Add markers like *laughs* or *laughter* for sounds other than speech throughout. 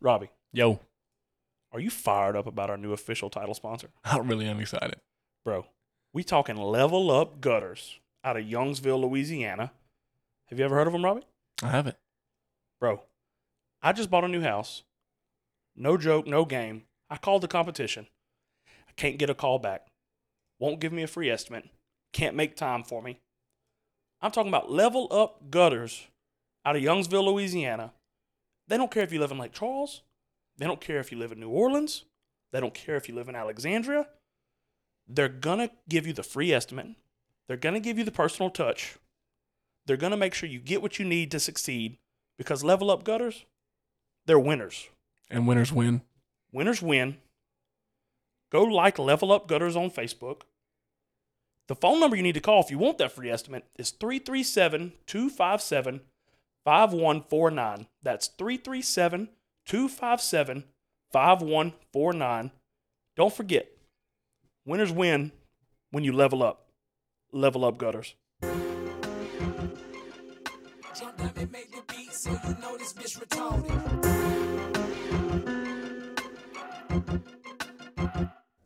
Robbie, Yo, are you fired up about our new official title sponsor? I really am excited. Bro, we talking Level Up Gutters out of Youngsville, Louisiana. Have you ever heard of them, Robbie? I have it. Bro, I just bought a new house. No joke, no game. I called the competition. I can't get a call back. Won't give me a free estimate. Can't make time for me. I'm talking about level up gutters out of Youngsville, Louisiana. They don't care if you live in Lake Charles. They don't care if you live in New Orleans. They don't care if you live in Alexandria. They're going to give you the free estimate. They're going to give you the personal touch. They're going to make sure you get what you need to succeed because level up gutters, they're winners. And winners win. Winners win. Go like Level Up Gutters on Facebook. The phone number you need to call if you want that free estimate is 337 257 5149. That's 337 257 5149. Don't forget, winners win when you level up. Level Up Gutters. Jump up and make the beat so you know this bitch retarded.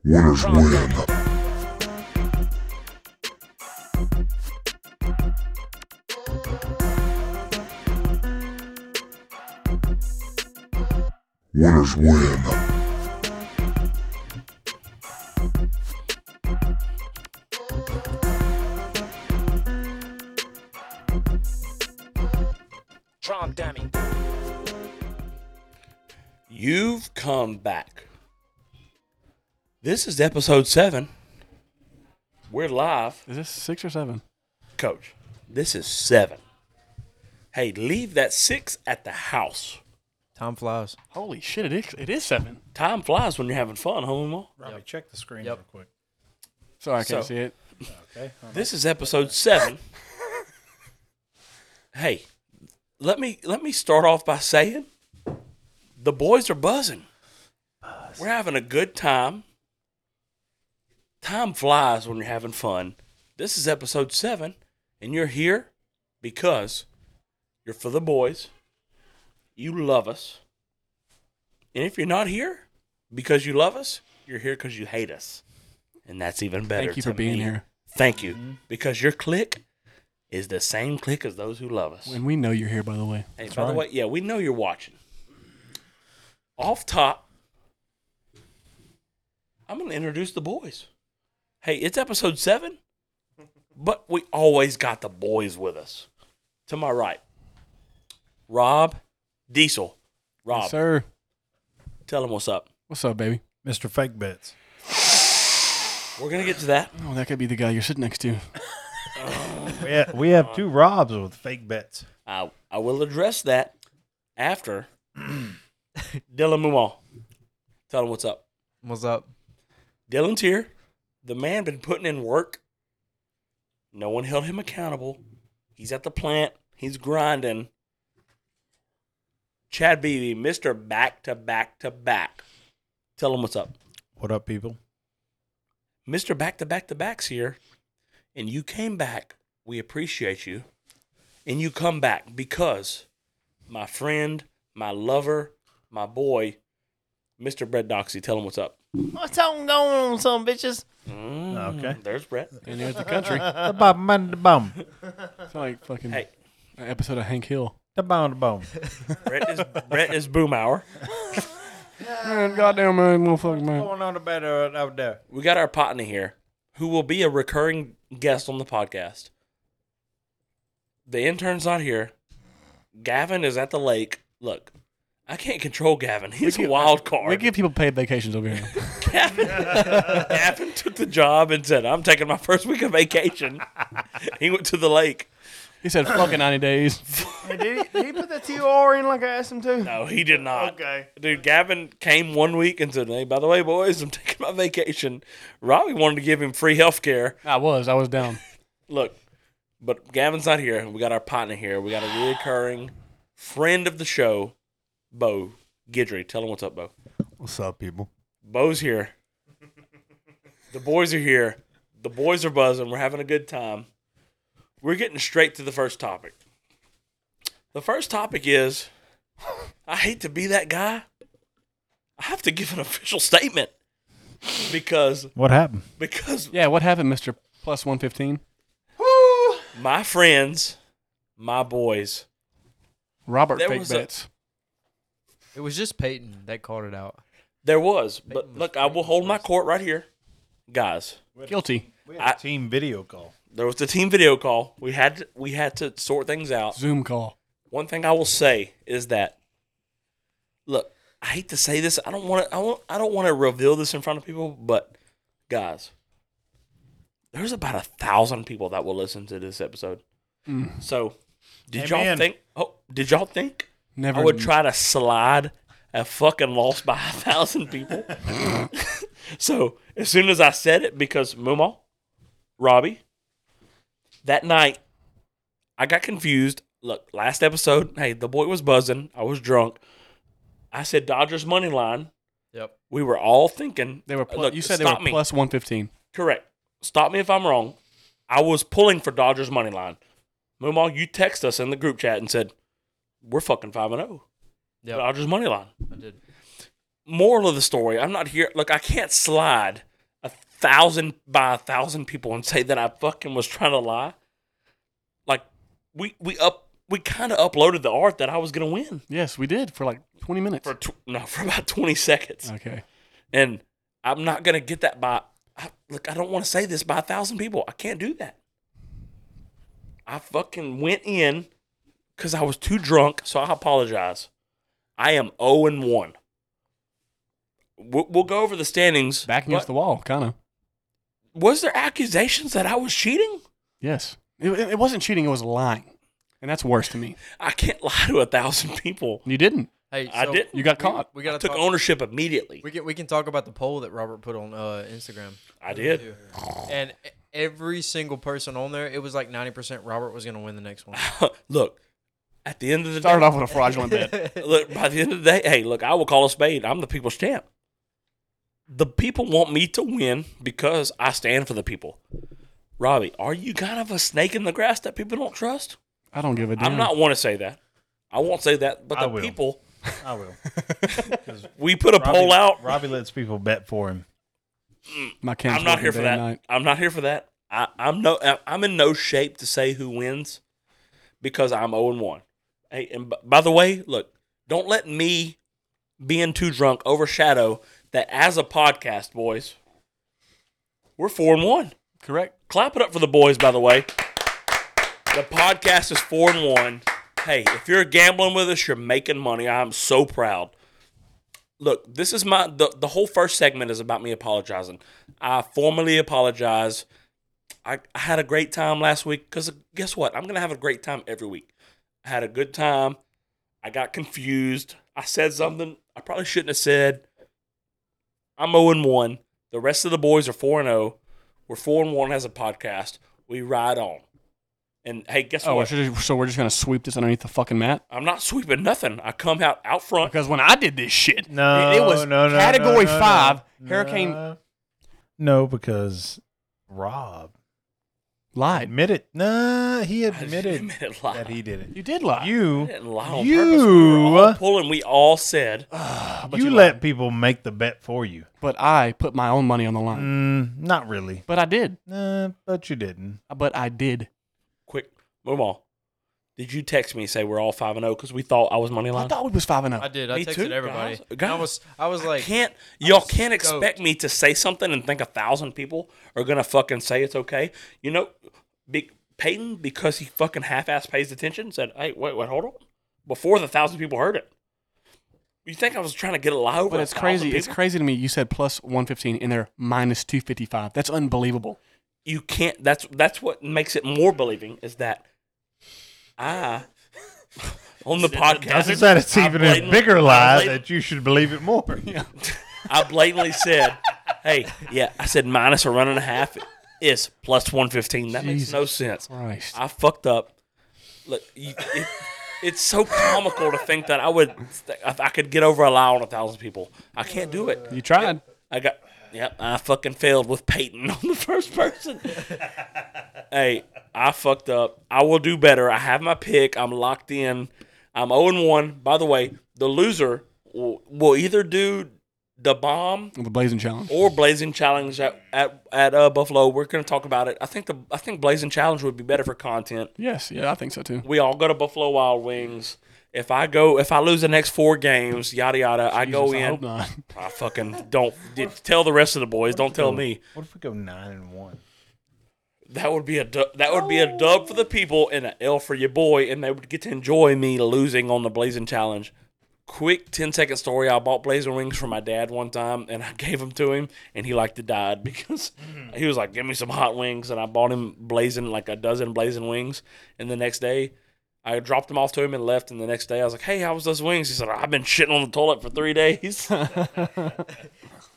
Winners win. Winners win. Drum dummy. You've come back. This is episode seven. We're live. Is this six or seven? Coach, this is seven. Hey, leave that six at the house. Time flies. Holy shit! It is. It is seven. Time flies when you're having fun, homie. Ma. Robbie, check the screen Yep. real quick. Sorry, I can't So- see it. Okay. Hold This is episode seven. hey, let me let me start off by saying the boys are buzzing. We're having a good time. Time flies when you're having fun. This is episode seven, and you're here because you're for the boys. You love us. And if you're not here because you love us, you're here because you hate us. And that's even better. Thank you to for being me. here. Thank you. Mm-hmm. Because your click is the same click as those who love us. And we know you're here, by the way. hey, by the way, yeah, we know you're watching. Off top, I'm going to introduce the boys. Hey, it's episode seven, but we always got the boys with us. To my right, Rob Diesel. Rob, Yes, sir. tell them what's up. What's up, baby? on. Mr. Fake Bets. We're going to get to that. Oh, that could be the guy you're sitting next to. We have, we have two Robs with fake bets. I, I will address that after Dylan Mumal. Tell him what's up. What's up? Dylan's here. The man been putting in work. No one held him accountable. He's at the plant. He's grinding. Chad Beebe, Mr. Back to Back to Back. Tell him what's up. What up, people? Mr. Back to Back to Back's here. And you came back. We appreciate you. And you come back because my friend, my lover, my boy, Mr. Brett Doxy. Tell him what's up. What's on going on, some bitches? Okay. There's Brett. And there's the country. It's Mm. The bum, man, the bum, like fucking Hey. an episode of Hank Hill. the bum, the bum. Brett is Brett is boom hour. Man, goddamn, man, motherfucker, man. Going on about it out there. We got our partner here, who will be a recurring guest on the podcast. The intern's not here. Gavin is at the lake. Look, I can't control Gavin. He's a wild card. We give people paid vacations over here. *laughs* Gavin, Gavin took the job and said, "I'm taking my first week of vacation." he went to the lake. He said, "Fucking *laughs* ninety days." did, he, did he put the TOR in like I asked him to? No, he did not. Okay. Dude, Gavin came one week and said, "Hey, by the way, boys, I'm taking my vacation." Robbie wanted to give him free health care. I was. I was down. Look, but Gavin's not here. We got our partner here. We got a reoccurring friend of the show, Bo Gidry. Tell him what's up, Bo. What's up, people? Bo's here. The boys are here. The boys are buzzing. We're having a good time. We're getting straight to the first topic. The first topic is I hate to be that guy, I have to give an official statement because What happened? because Yeah, what happened, Mister Plus One Fifteen? my friends, my boys, Robert There fake was a- bets. It was just Peyton that called it out. there was. But look, I will hold my court right here, guys. Guilty. We had a I- team video call. There was the team video call. We had to, we had to sort things out. Zoom call. One thing I will say is that look, I hate to say this. I don't want to I want I don't want to reveal this in front of people, but guys, there's about a thousand people that will listen to this episode. So did y'all Amen. think oh did y'all think Never. I would try to slide a fucking loss by a thousand *laughs* people? so as soon as I said it, because Mumal, Robbie, that night I got confused. Look, last episode, hey, the boy was buzzing. I was drunk. I said Dodgers money line. Yep. We were all thinking They were. Plus, Uh, Look, you said they stop were me. plus one fifteen. Correct. Stop me if I'm wrong. I was pulling for Dodgers money line. Mumal, you text us in the group chat and said, "We're fucking five and zero." Yep. Dodgers money line. I did. moral of the story, I'm not here. Look, I can't slide a thousand by a thousand people and say that I fucking was trying to lie. Like we we up we kind of uploaded the art that I was gonna win Yes, we did for like twenty minutes. for tw- no *laughs* for about 20 seconds, okay. and I'm not gonna get that by. I, look, I don't want to say this by a thousand people. I can't do that. I fucking went in because I was too drunk, so I apologize. I am 0 and 1. We'll, we'll go over the standings. Back but- against the wall, kind of. was there accusations that I was cheating? Yes. It, it it wasn't cheating. It was lying, and that's worse to me. I can't *laughs* lie to a thousand people. You didn't. Hey, I so did. You got caught. We got I to took talk. ownership immediately. We can we can talk about the poll that Robert put on uh, Instagram. I did. And e- every single person on there, it was like ninety percent Robert was gonna win the next one. *laughs* look, at the end of the Started day, off with a *laughs* fraudulent bet. look, by the end of the day, hey, look, I will call a spade. I'm the people's champ. The people want me to win because I stand for the people. Robbie, are you kind of a snake in the grass that people don't trust? I don't give a damn. I'm not want to say that. I won't say that, but I the will. people I *laughs* will. we put a poll out. Robbie lets people bet for him. My I'm not here for that. I'm not here for that. I, I'm no. I- I'm in no shape to say who wins because I'm 0 and 1. Hey, and b- by the way, look, don't let me being too drunk overshadow that as a podcast, boys, we're 4 and 1. Correct. Clap it up for the boys, by the way. The podcast is 4 and 1. Hey, if you're gambling with us, you're making money. I'm so proud. Look, this is my the, the whole first segment is about me apologizing. I formally apologize. I, I had a great time last week because guess what? I'm gonna have a great time every week. I had a good time. I got confused. I said something I probably shouldn't have said. I'm 0 and 1. The rest of the boys are 4 and 0. We're 4 and 1 as a podcast. We ride on. And hey, guess Oh, what? so just- so we're just gonna sweep this underneath the fucking mat? I'm not sweeping nothing. I come out out front. Because when I did this shit, No, it, it was no, no, no, category no, no. five hurricane No. No, because Rob lied. admitted. Nah, he I admitted admitted lie. that he did You did lie. it. I You, didn't lie on You- purpose. We were all pulling. We all said Ah, but you, you let people make the bet for you. but I put my own money on the line. Mm, not really. But I did. Nah, but you didn't. But I did. quick, move on. Did you text me and say we're all five and zero because we thought I was money I line? thought we was five and oh. I zero. did. I Me texted too, everybody. guys. And I Guys, was I was like, can't y'all was can't expect me to say something and think a thousand people are gonna fucking say it's okay. You know, big Peyton because he fucking half-ass pays attention said, "Hey, wait, wait, hold on." Before the thousand people heard it, you think I was trying to get a lie over? But a it's crazy. thousand It's people? crazy to me. You said plus one fifteen in there minus two fifty five. That's unbelievable. you can't that's that's what makes it more believing is that I *laughs* on the podcast Doesn't that it's I even a blatantly- bigger lie I blatantly, that you should believe it more? I blatantly said, "Hey, yeah, I said minus a run and a half is plus one fifteen. That makes no sense. Christ. I fucked up. Look, you, it, it's so comical to think that I would if I could get over a lie on a thousand people. I can't do it. You tried. I got. Yep, I fucking failed with Peyton *laughs* on the first person. hey, I fucked up. I will do better. I have my pick. I'm oh locked in. I'm 0 1. By the way, the loser will, will either do the bomb The Blazing Challenge. or blazing challenge at at, at uh, Buffalo. We're gonna talk about it. I think the I think blazing challenge would be better for content. Yes, yeah, I think so too. We all go to Buffalo Wild Wings. If I go, if I lose the next four games, yada yada, I go Jesus, I hope in. not. *laughs* I fucking don't d- tell the rest of the boys. Don't tell me. What if we go nine and one? That would be a du- that would be a dub for the people and an L for your boy, and they would get to enjoy me losing on the Blazing Challenge. Quick 10 second story. I bought blazing rings for my dad one time, and I *laughs* gave them to him, and he liked to die *laughs* because he was like, "Give me some hot wings," and I bought him blazing like a dozen blazing wings. And the next day, I dropped them off to him and left. And the next day, I was like, "Hey, how was those wings?" He said, "I've been shitting on the toilet for three *laughs* days."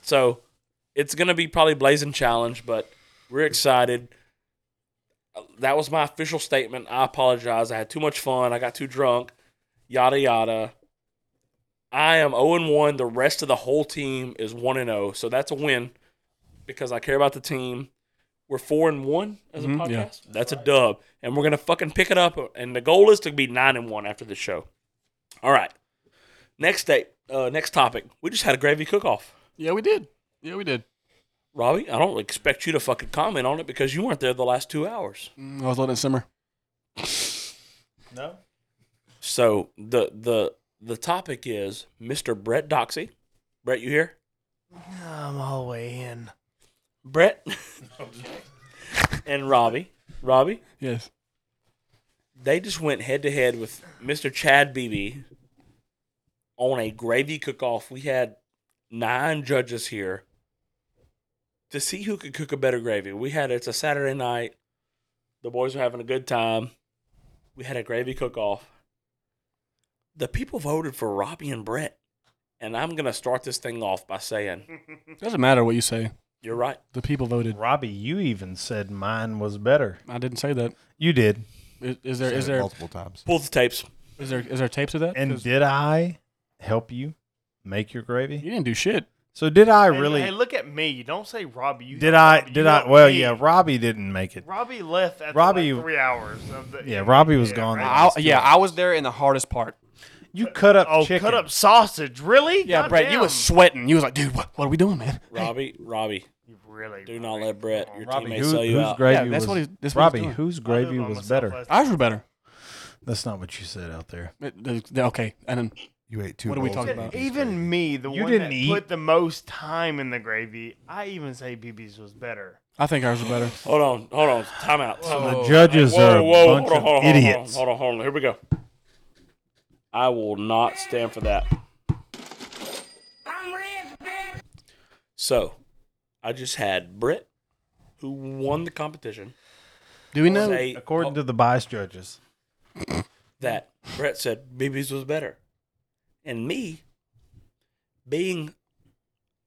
so it's gonna be probably blazing challenge, but we're excited that was my official statement. I apologize. I had too much fun. I got too drunk. Yada yada. I am 0 and 1. The rest of the whole team is 1 and 0. So that's a win because I care about the team. We're 4 and 1 as a Mhm, podcast. yeah. That's a dub. And we're going to fucking pick it up and the goal is to be 9 and 1 after the show. All right. Next day, uh, next topic. We just had a gravy cook-off. Yeah, we did. Yeah, we did. Robbie, I don't expect you to fucking comment on it because you weren't there the last 2 hours. Mm, I was letting it simmer. No. So the the the topic is Mr. Brett Doxy. Brett, you here? I'm all the way in. Brett *laughs* and Robbie. Robbie, Yes. *laughs* they just went head to head with Mr. Chad Beebe on a gravy cook off. We had nine judges here to see who could cook a better gravy. We had it's a Saturday night. The boys were having a good time. We had a gravy cook off. The people voted for Robbie and Brett. And I'm going to start this thing off by saying, doesn't matter what you say. you're right. The people voted. Robbie, you even said mine was better. I didn't say that. You did. Is, is there Said is it there multiple times? Pull the tapes. is there is there tapes of that? And 'Cause did I help you make your you gravy? didn't do shit. So did I Hey, really? Hey, look at me. Don't say Robbie. You did helped I? Robbie. You Did I? helped Well, me. yeah. Robbie didn't make it. Robbie left after Robbie- like three hours. Of the, Yeah, Robbie was gone. Right. I, yeah, I was there in the hardest part. You cut up Oh, chicken. cut up sausage. Really? Yeah, God Brett, you damn. was sweating. You was like, dude, what, what are we doing, man? Robbie, Robbie, You really do not let Brett, your Robbie, teammates who, sell you whose out. gravy Yeah, that's was what he's- that's what he's Robbie? doing. whose I live gravy by was myself better? last- Ours were better. That's not what you said out there. It- it- Okay, and then You ate two. What are we bowls of talking about? Baby's gravy. Even me, the You one didn't that eat. put the most time in the gravy, I even say BB's was better. I think ours were better. Hold on, hold on. Time out. The Oh, judges are a bunch hold on, hold of on, hold on, idiots. Hold on, hold on, hold on. Here we go. I will not stand for that. So, I just had Britt, who won the competition, Do we know? say According to the bias judges, that Brett said BB's was better. And me, being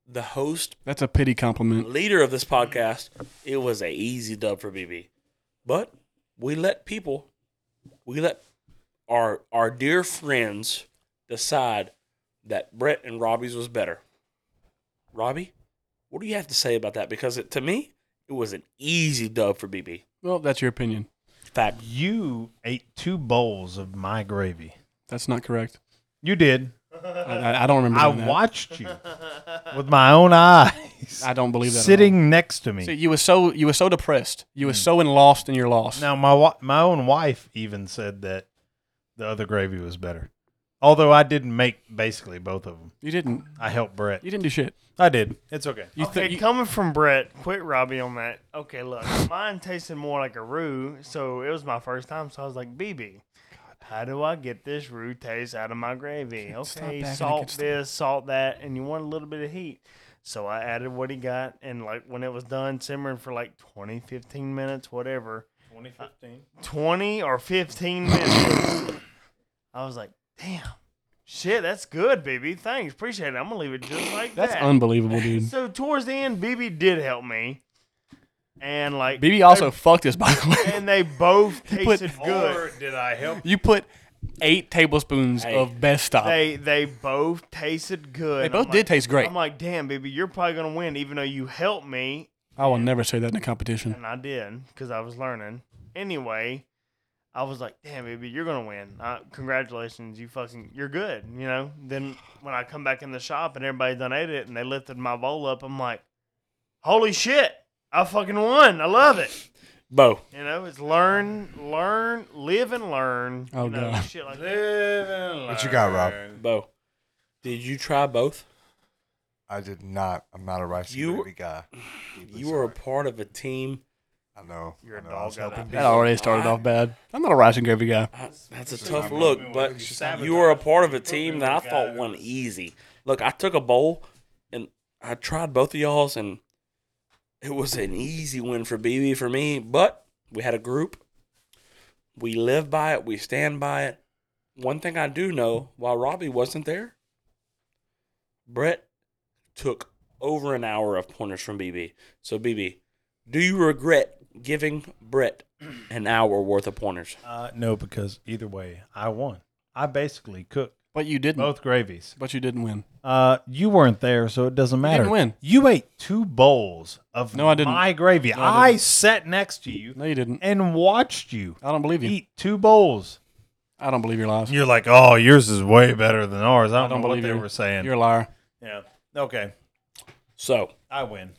the host That's a pity compliment. leader of this podcast, it was a easy dub for BB. But we let people, we let our our dear friends decide that Brett and Robbie's was better. Robbie, what do you have to say about that? Because it, to me, it was an easy dub for BB. Well, that's your opinion. Fact. you ate two bowls of my gravy. That's not correct. You did. I, I, I don't remember. I doing that. watched you with my own eyes, I don't believe that. at all. Hmm. sitting next to me. See, you was so you was so depressed. You was so in lost in your loss. Now my wa- my own wife even said that the other gravy was better. Although I didn't make basically both of them. you didn't. I helped Brett. You didn't do shit. I did. It's okay. You okay, thi- you- coming from Brett, quit Robbie on that. Okay, look, mine tasted more like a roux, so it was my first time, so I was like, BB, how do I get this roux taste out of my gravy? Stop Okay, backing salt against the- this, salt that, and you want a little bit of heat. So I added what he got, and like when it was done simmering for like 20, 15 minutes, whatever, 2015. 20 or 15 minutes. I was like, damn, shit, that's good, BB. Thanks, appreciate it. I'm gonna leave it just like that's that. unbelievable, *laughs* dude. So towards the end, BB did help me, and like BB also fucked us by the *laughs* way. and they both put- tasted good. did I help? You put eight tablespoons Hey. of best stop. They they both tasted good. They I'm both like- did taste great. I'm like, damn, BB, you're probably gonna win, even though you helped me, I will never say that in a competition. and I did because I was learning. Anyway, I was like, damn, baby, you're gonna win. Uh, congratulations, you fucking, you're good. You know. Then when I come back in the shop and everybody done ate it and they lifted my bowl up, I'm like, holy shit, I fucking won. I love it. Bo, You know, it's learn, learn, live and learn. Oh, you know, God. shit like that. Live and What you got, Rob? learn. Bo, did you try both? I did not. I'm not a rice You- and gravy guy. You were a part of a team. I know. You're I a know. I was dog out of helping that. That already started off bad. I'm not a rice and gravy guy. I- That's a tough look, but you were a part of a team that I thought won easy. Look, I took a bowl and I tried both of y'all's, and it was an easy win for BB for me. But we had a group. We live by it. We stand by it. One thing I do know, while Robbie wasn't there, Brett took over an hour of pointers from BB. So BB, do you regret giving Brett an hour worth of pointers? Uh, no, because either way, I won. I basically cooked But you didn't. both gravies. But you didn't win. Uh, you weren't there, so it doesn't matter. didn't win. You ate two bowls of No, I didn't. my gravy. No, I I, didn't. sat next to you No, you didn't. and watched you I don't believe you. eat two bowls. I don't believe your lies. You're like, oh, yours is way better than ours. I don't, know what believe they you. were saying. You're a liar. yeah. Okay. So I win.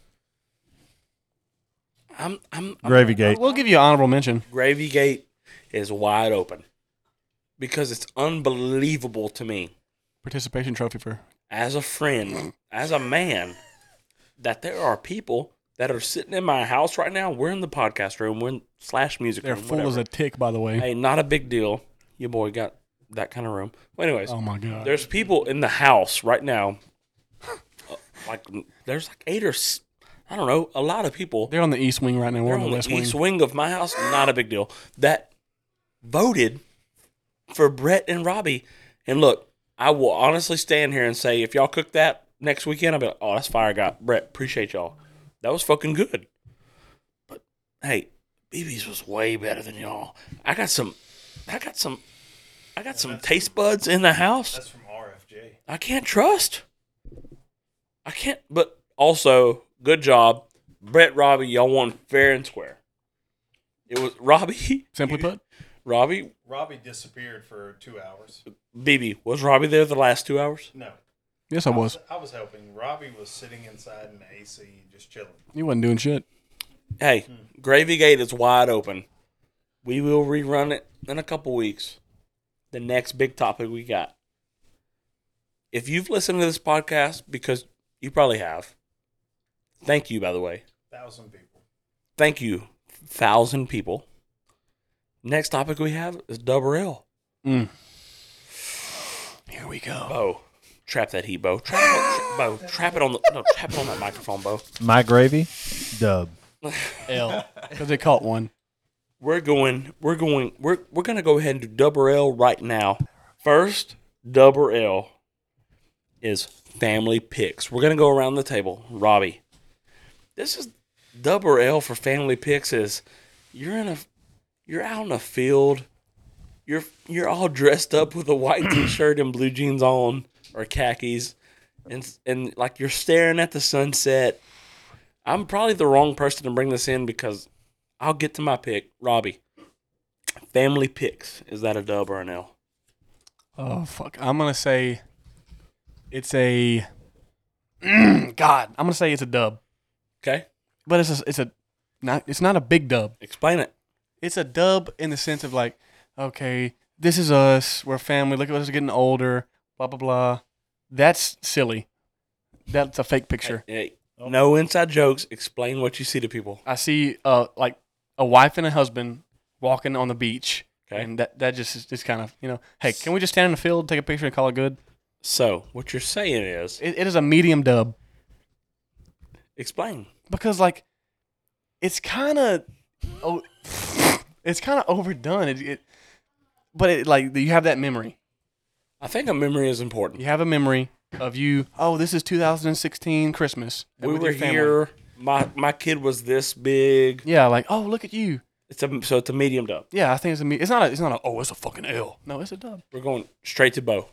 I'm I'm, I'm Gravy gate. We'll give you an honorable mention. Gravy Gate is wide open because it's unbelievable to me Participation trophy for as a friend, as a man, that there are people that are sitting in my house right now. We're in the podcast room. We're in slash music they're room. full as whatever. a tick, by the way. hey, not a big deal. Your boy got that kind of room. Well, anyways, oh my god. there's people in the house right now. uh, Like there's like eight or s- I don't know a lot of people They're on the east wing right now. They're We're on the on west the wing. east wing of my house. Not a big deal. That voted for Brett and Robbie. And look, I will honestly stand here and say, if y'all cook that next weekend, I'll be like, oh, that's fire, got Brett. Appreciate y'all. That was fucking good. But hey, BB's was way better than y'all. I got some. I got some. I got some taste buds in the house. from RFJ. I can't trust. I can't. But also, good job, Brett Robbie. Y'all won fair and square. It was *laughs* Robbie. Simply put, Robbie Robbie disappeared for two hours. BB was Robbie there the last two hours. No. yes, I was. I was helping. Robbie was sitting inside in the AC just chilling. You wasn't doing shit. Hey, Gravy Gate is wide open. We will rerun it in a couple weeks. The next big topic we got. If you've listened to this podcast, because you probably have, thank you, by the way. Thousand people. Thank you, thousand people. Next topic we have is double L. Mm. Here we go. Bo, trap that heat, Bo. Trap it, tra- Bo, trap it on the no, trap it on that microphone, Bo. My gravy, dub. *laughs* L. Because they caught one. We're going, we're going, we're we're gonna go ahead and do double L right now. First, double L is family picks. We're gonna go around the table, Robbie. This is double L for family picks. Is you're in a, you're out in a field. you're you're all dressed up with a white t-shirt and blue jeans on or khakis and and like you're staring at the sunset i'm probably the wrong person to bring this in because i'll get to my pick robbie family picks is that a dub or an l Oh fuck. I'm gonna say it's a *clears throat* God. I'm gonna say it's a dub. okay But it's a, it's a not it's not a big dub. explain it it's a dub in the sense of like, okay, this is us. We're family. Look at us getting older. Blah blah blah. That's silly. That's a fake picture. Hey, Oh. no inside jokes explain what you see to people I see, uh, like a wife and a husband walking on the beach, Okay. and that that just is just kind of you know, hey, can we just stand in the field, take a picture, and call it good? so what you're saying is It, it is a medium dub explain because like, it's kind of, oh, it's kind of overdone. It, it but it like you have that memory. i think a memory is important You have a memory of you. Oh, this is 2016 Christmas. and we with were your family. here my my kid was this big Yeah, like oh, look at you. it's a so it's a medium dub Yeah, I think it's a. Me- it's not. A, it's not a. Oh, it's a fucking L. No, it's a dub. We're going straight to Bo.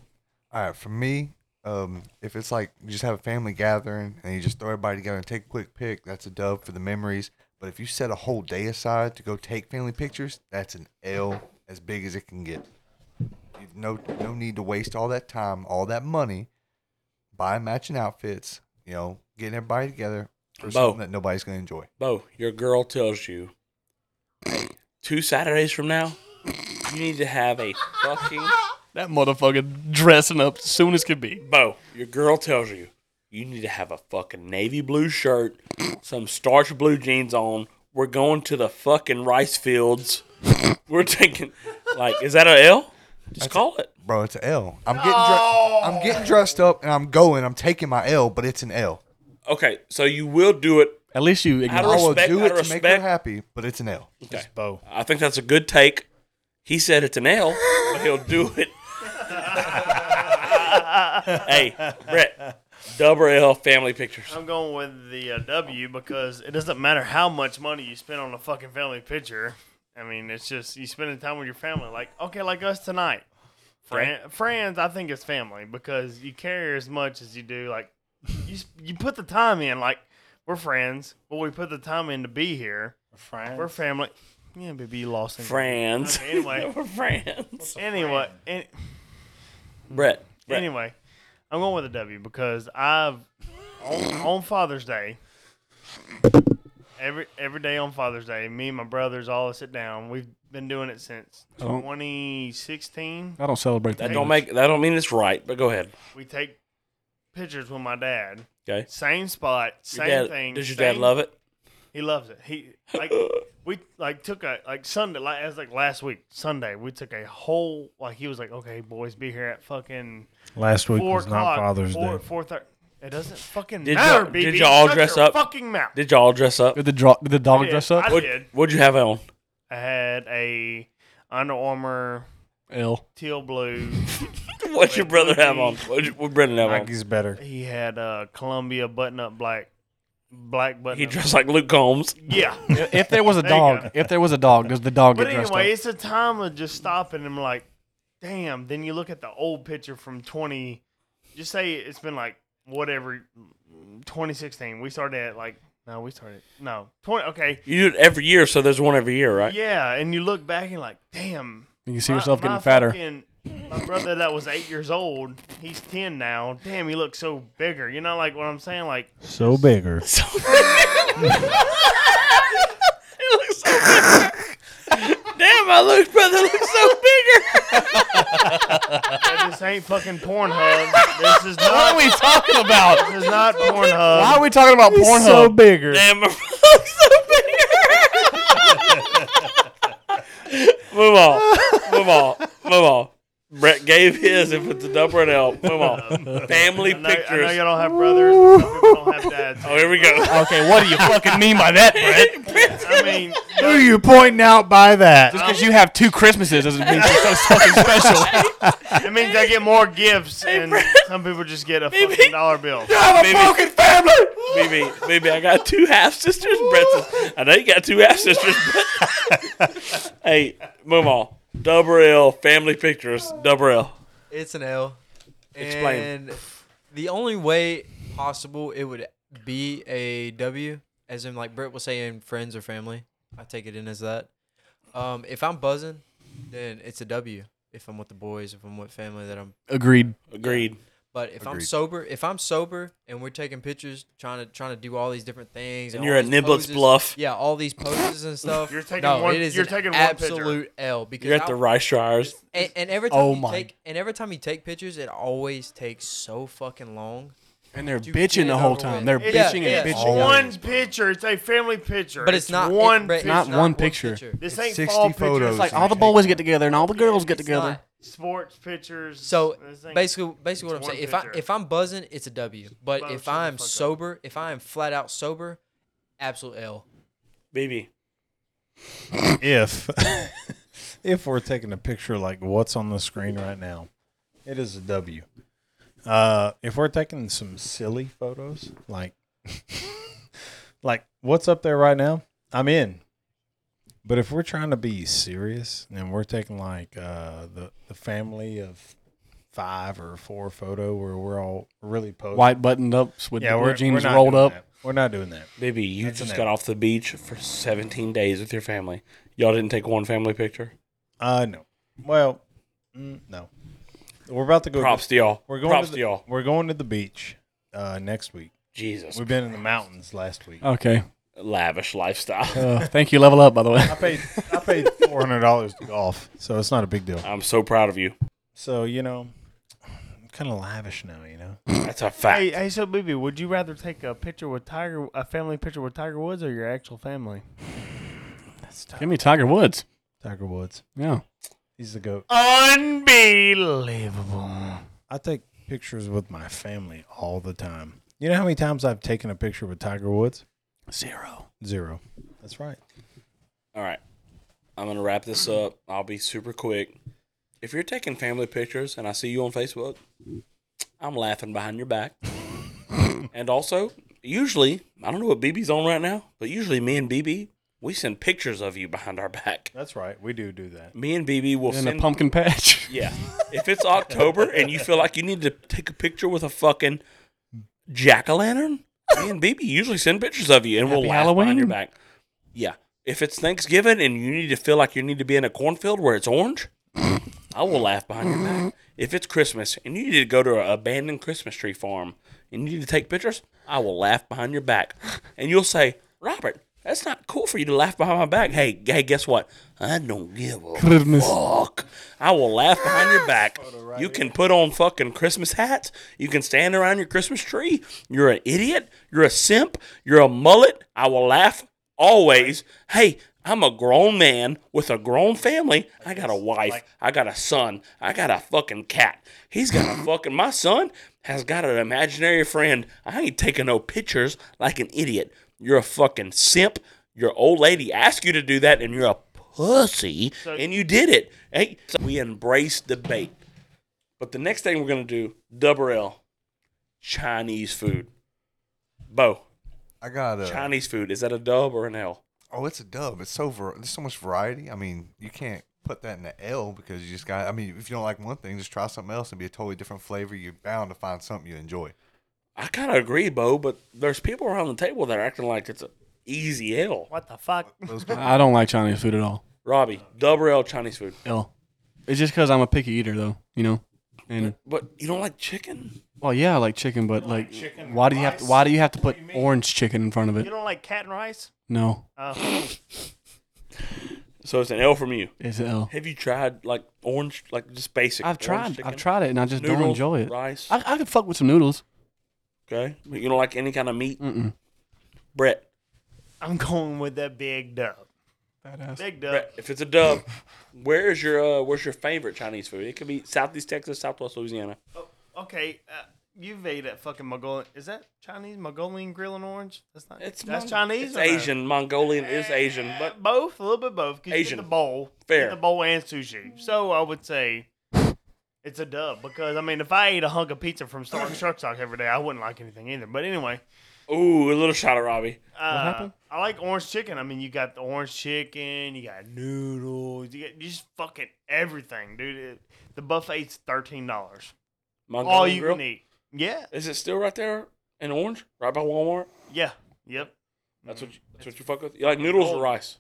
All right, for me, um, if it's like you just have a family gathering and you just throw everybody together and take a quick pic, that's a dub for the memories. But if you set a whole day aside to go take family pictures, that's an L as big as it can get. You've No, no need to waste all that time, all that money, buying matching outfits. You know, getting everybody together for Bo. something that nobody's gonna enjoy. Bo, your girl tells you "Hey, two Saturdays from now, you need to have a fucking That motherfucker dressing up soon as could be. Bo, your girl tells you you need to have a fucking navy blue shirt, some starch blue jeans on. We're going to the fucking rice fields. We're taking like, is that a L? Just call it. Bro, it's an L. I'm getting dre- I'm getting dressed up and I'm going. I'm taking my L, but it's an L. Okay, so you will do it. At least you Out acknowledge. of I respect, will do out it of to make her respect. happy, but it's an L. Okay. Bo. I think that's a good take. He said it's an L, but he'll do it. *laughs* hey, Brett, double L family pictures. I'm going with the uh, W because it doesn't matter how much money you spend on a fucking family picture. I mean, it's just you spending time with your family. Like, okay, like us tonight. Fran- Friends, I think it's family because you care as much as you do. Like, you s- you put the time in. Like, we're friends, but we put the time in to be here. Frank. We're family. Yeah, baby, you lost in Friends. *laughs* *laughs* Okay, anyway. We're friends. Anyway, an- Brett. Brett. Anyway, I'm going with a W because I've *coughs* on, on Father's Day. Every every day on Father's Day, me and my brothers all sit down. We've been doing it since Oh. 2016. I don't celebrate That that. don't make that don't mean it's right, but go ahead. We take pictures with my dad. Okay. Same spot, Your same dad- thing. Does your same, dad love it? He loves it. He *laughs* like we like took a like Sunday like as like last week Sunday we took a whole like he was like okay boys be here at fucking Last week four was not o'clock. Father's four, Day. Four thirty. It doesn't fucking Did matter, y'all- BB. did y'all Shut dress your up? Fucking mouth. *gasps* Did y'all dress up? Did the, dro- did the dog I dress did. up? I What, did. what'd you have *laughs* on? I had a Under Armour L. teal blue. *laughs* What'd your brother have on? Nike. What'd, you- what'd Brendan have on? Nike's better. he had a Columbia button-up black, black button. He dressed like Luke Combs. Yeah. If there was a There you dog, go. if there was a dog, does the dog But get dressed anyway, it's a time of just stopping and like, damn. Then you look at the old picture from twenty. Just say it's been like whatever, twenty sixteen. We started at like no, we started no twenty. Okay, You do it every year, so there's one every year, right? yeah. And you look back and like, damn. up? You see My- yourself my getting fatter. fucking- my brother that was eight years old, he's ten now. Damn, he looks so bigger. You know, like what I'm saying, like So bigger. *laughs* *laughs* He looks so bigger. *laughs* Damn, my Luke's brother looks so bigger. yeah, this ain't fucking Pornhub. This *laughs* is not. What are we talking about? This is not Pornhub. Why are we talking about Pornhub? So bigger. Damn, my brother looks so bigger. *laughs* Move on. Move on. Move on. Brett gave his if it's a double and L. Move on. Family I know, I know pictures. you don't have brothers. and Some people don't have dads. *laughs* Oh, here we go. okay, what do you fucking mean by that, Brett? I mean, Who are you pointing out by that? Just because you have two Christmases doesn't mean it's so fucking *laughs* special. it means I get more gifts, and some people just get a fucking dollar bill. Baby. family. *laughs* Maybe, maybe I got two half sisters. Brett's. I know you got two half sisters. *laughs* But hey, move on. Double L family pictures. Double L. It's an L. Explain. And the only way possible it would be a W, as in like Britt was saying, friends or family. I take it in as that. Um, if I'm buzzing, then it's a W. If I'm with the boys, if I'm with family, that I'm. Agreed. Agreed. But if I'm Agreed. sober, if I'm sober and we're taking pictures, trying to trying to do all these different things, and, And you're all at these Niblet's poses- Bluff. yeah, all these poses and stuff. You're taking no, one- It is you're an taking one picture. absolute L because You're at I- the Rice Shires. and, and every time Oh you my- take and every time you take pictures, it always takes so fucking long. And they're You bitching get the whole over time. with. They're Yeah, bitching yeah. and bitching. Oh. One picture. It's a family picture. But it's, not it- one. but it's picture. Not one picture. This It's ain't 60 fall photos. pictures. It's like All the boys get together and all the girls get It's together. not. sports pictures. So this ain't- basically, basically what I'm saying, It's one if I picture. if I'm buzzing, it's a W. But Bro, shut if the I'm fuck up. sober, if I am flat out sober, absolute L. BB. if *laughs* if we're taking a picture like what's on the screen right now, it is a W. Uh, if we're taking some silly photos, like *laughs* like what's up there right now, I'm in. But if we're trying to be serious and we're taking like uh, the the family of five or four photo where we're all really posing, White buttoned ups with the blue jeans rolled doing up. that. We're not doing that. Baby, you That's just an got L. off the beach for 17 days with your family. Y'all didn't take one family picture. Uh, no. Well, mm, no. We're about to go. Props to y'all. We're going Props to, to, the, y'all. We're going to the beach uh, next week. Jesus. We've been in the mountains last week. Okay. Lavish lifestyle. *laughs* Uh, thank you. Level up, by the way. I paid I paid four hundred dollars to golf, so it's not a big deal. I'm so proud of you. So you know, I'm kind of lavish now. You know, That's a fact. Hey, hey, so Booby, would you rather take a picture with Tiger, a family picture with Tiger Woods, or your actual family? Give me Tiger Woods. Tiger Woods, Yeah. he's the goat. Unbelievable. I take pictures with my family all the time. You know how many times I've taken a picture with Tiger Woods? Zero. Zero. That's right. All right. I'm going to wrap this up. I'll be super quick. If you're taking family pictures and I see you on Facebook, I'm laughing behind your *laughs* back. and also, usually, I don't know what BB's on right now, but usually me and BB, we send pictures of you behind our back. That's right. We do do that. Me and BB will In send a pumpkin patch. *laughs* Yeah. If it's October and you feel like you need to take a picture with a fucking jack o' lantern, me and BB usually send pictures of you and we'll Happy laugh behind your Halloween. back. Yeah. If it's Thanksgiving and you need to feel like you need to be in a cornfield where it's orange, I will laugh behind your back. If it's Christmas and you need to go to an abandoned Christmas tree farm and you need to take pictures, I will laugh behind your back. And you'll say, Robert, that's not cool for you to laugh behind my back. Hey, hey, guess what? I don't give a Christmas. fuck. I will laugh behind your back. You can put on fucking Christmas hats. You can stand around your Christmas tree. You're an idiot. You're a simp. You're a mullet. I will laugh always. Hey, I'm a grown man with a grown family. I got a wife. I got a son. I got a fucking cat. He's got a fucking my son has got an imaginary friend. I ain't taking no pictures like an idiot. You're a fucking simp. Your old lady asked you to do that and you're a pussy and you did it. Hey, so we embrace debate. But the next thing we're gonna do, double L, Chinese food. Bo, I got a. Chinese food. Is that a dub or an L? Oh, it's a dub. It's so var- there's so much variety. I mean, you can't put that in the L because you just got. I mean, if you don't like one thing, just try something else and be a totally different flavor. You're bound to find something you enjoy. I kind of agree, Bo, but there's people around the table that are acting like it's a easy L. What the fuck? Those people, I don't like Chinese food at all. Robbie, double L Chinese food. Ill. It's just because I'm a picky eater, though. You know. And But you don't like chicken? well, yeah, I like chicken, but like, why do you have to? Why do you have to put orange chicken in front of You it? don't like cat and rice? No, Oh, So it's an L from you. it's an L. Have you tried like orange, like just basic? I've orange tried. chicken? I've tried it, and I just don't Noodles, enjoy it. Rice. I, I could fuck with some noodles. okay. But you don't like any kind of meat? Mm-mm. Brett. I'm going with that big dub. Big dub. Brett, if it's a dub, where is your uh, where's your favorite Chinese food? It could be Southeast Texas, Southwest Louisiana. Okay, uh, you've ate at fucking Mongolian. Is that Chinese Mongolian grill and orange? That's not. It's that's Mon- It's Chinese. or no? Uh, Asian. Mongolian is Asian, but both a little bit both. 'cause you Asian. get the bowl, you Fair. get the bowl and sushi. So I would say it's a dub because I mean, if I ate a hunk of pizza from Star and Shark Sock every day, I wouldn't like anything either. But anyway, ooh, a little shot of Robbie. uh, happened? I like orange chicken. I mean, you got the orange chicken, you got noodles, you got you just fucking everything, dude. It, the buffet's thirteen dollars, Mongolian all you grill. can eat. Yeah, Is it still right there in orange, right by Walmart? yeah, yep. That's what you, that's what you fuck with. You like noodles or rice?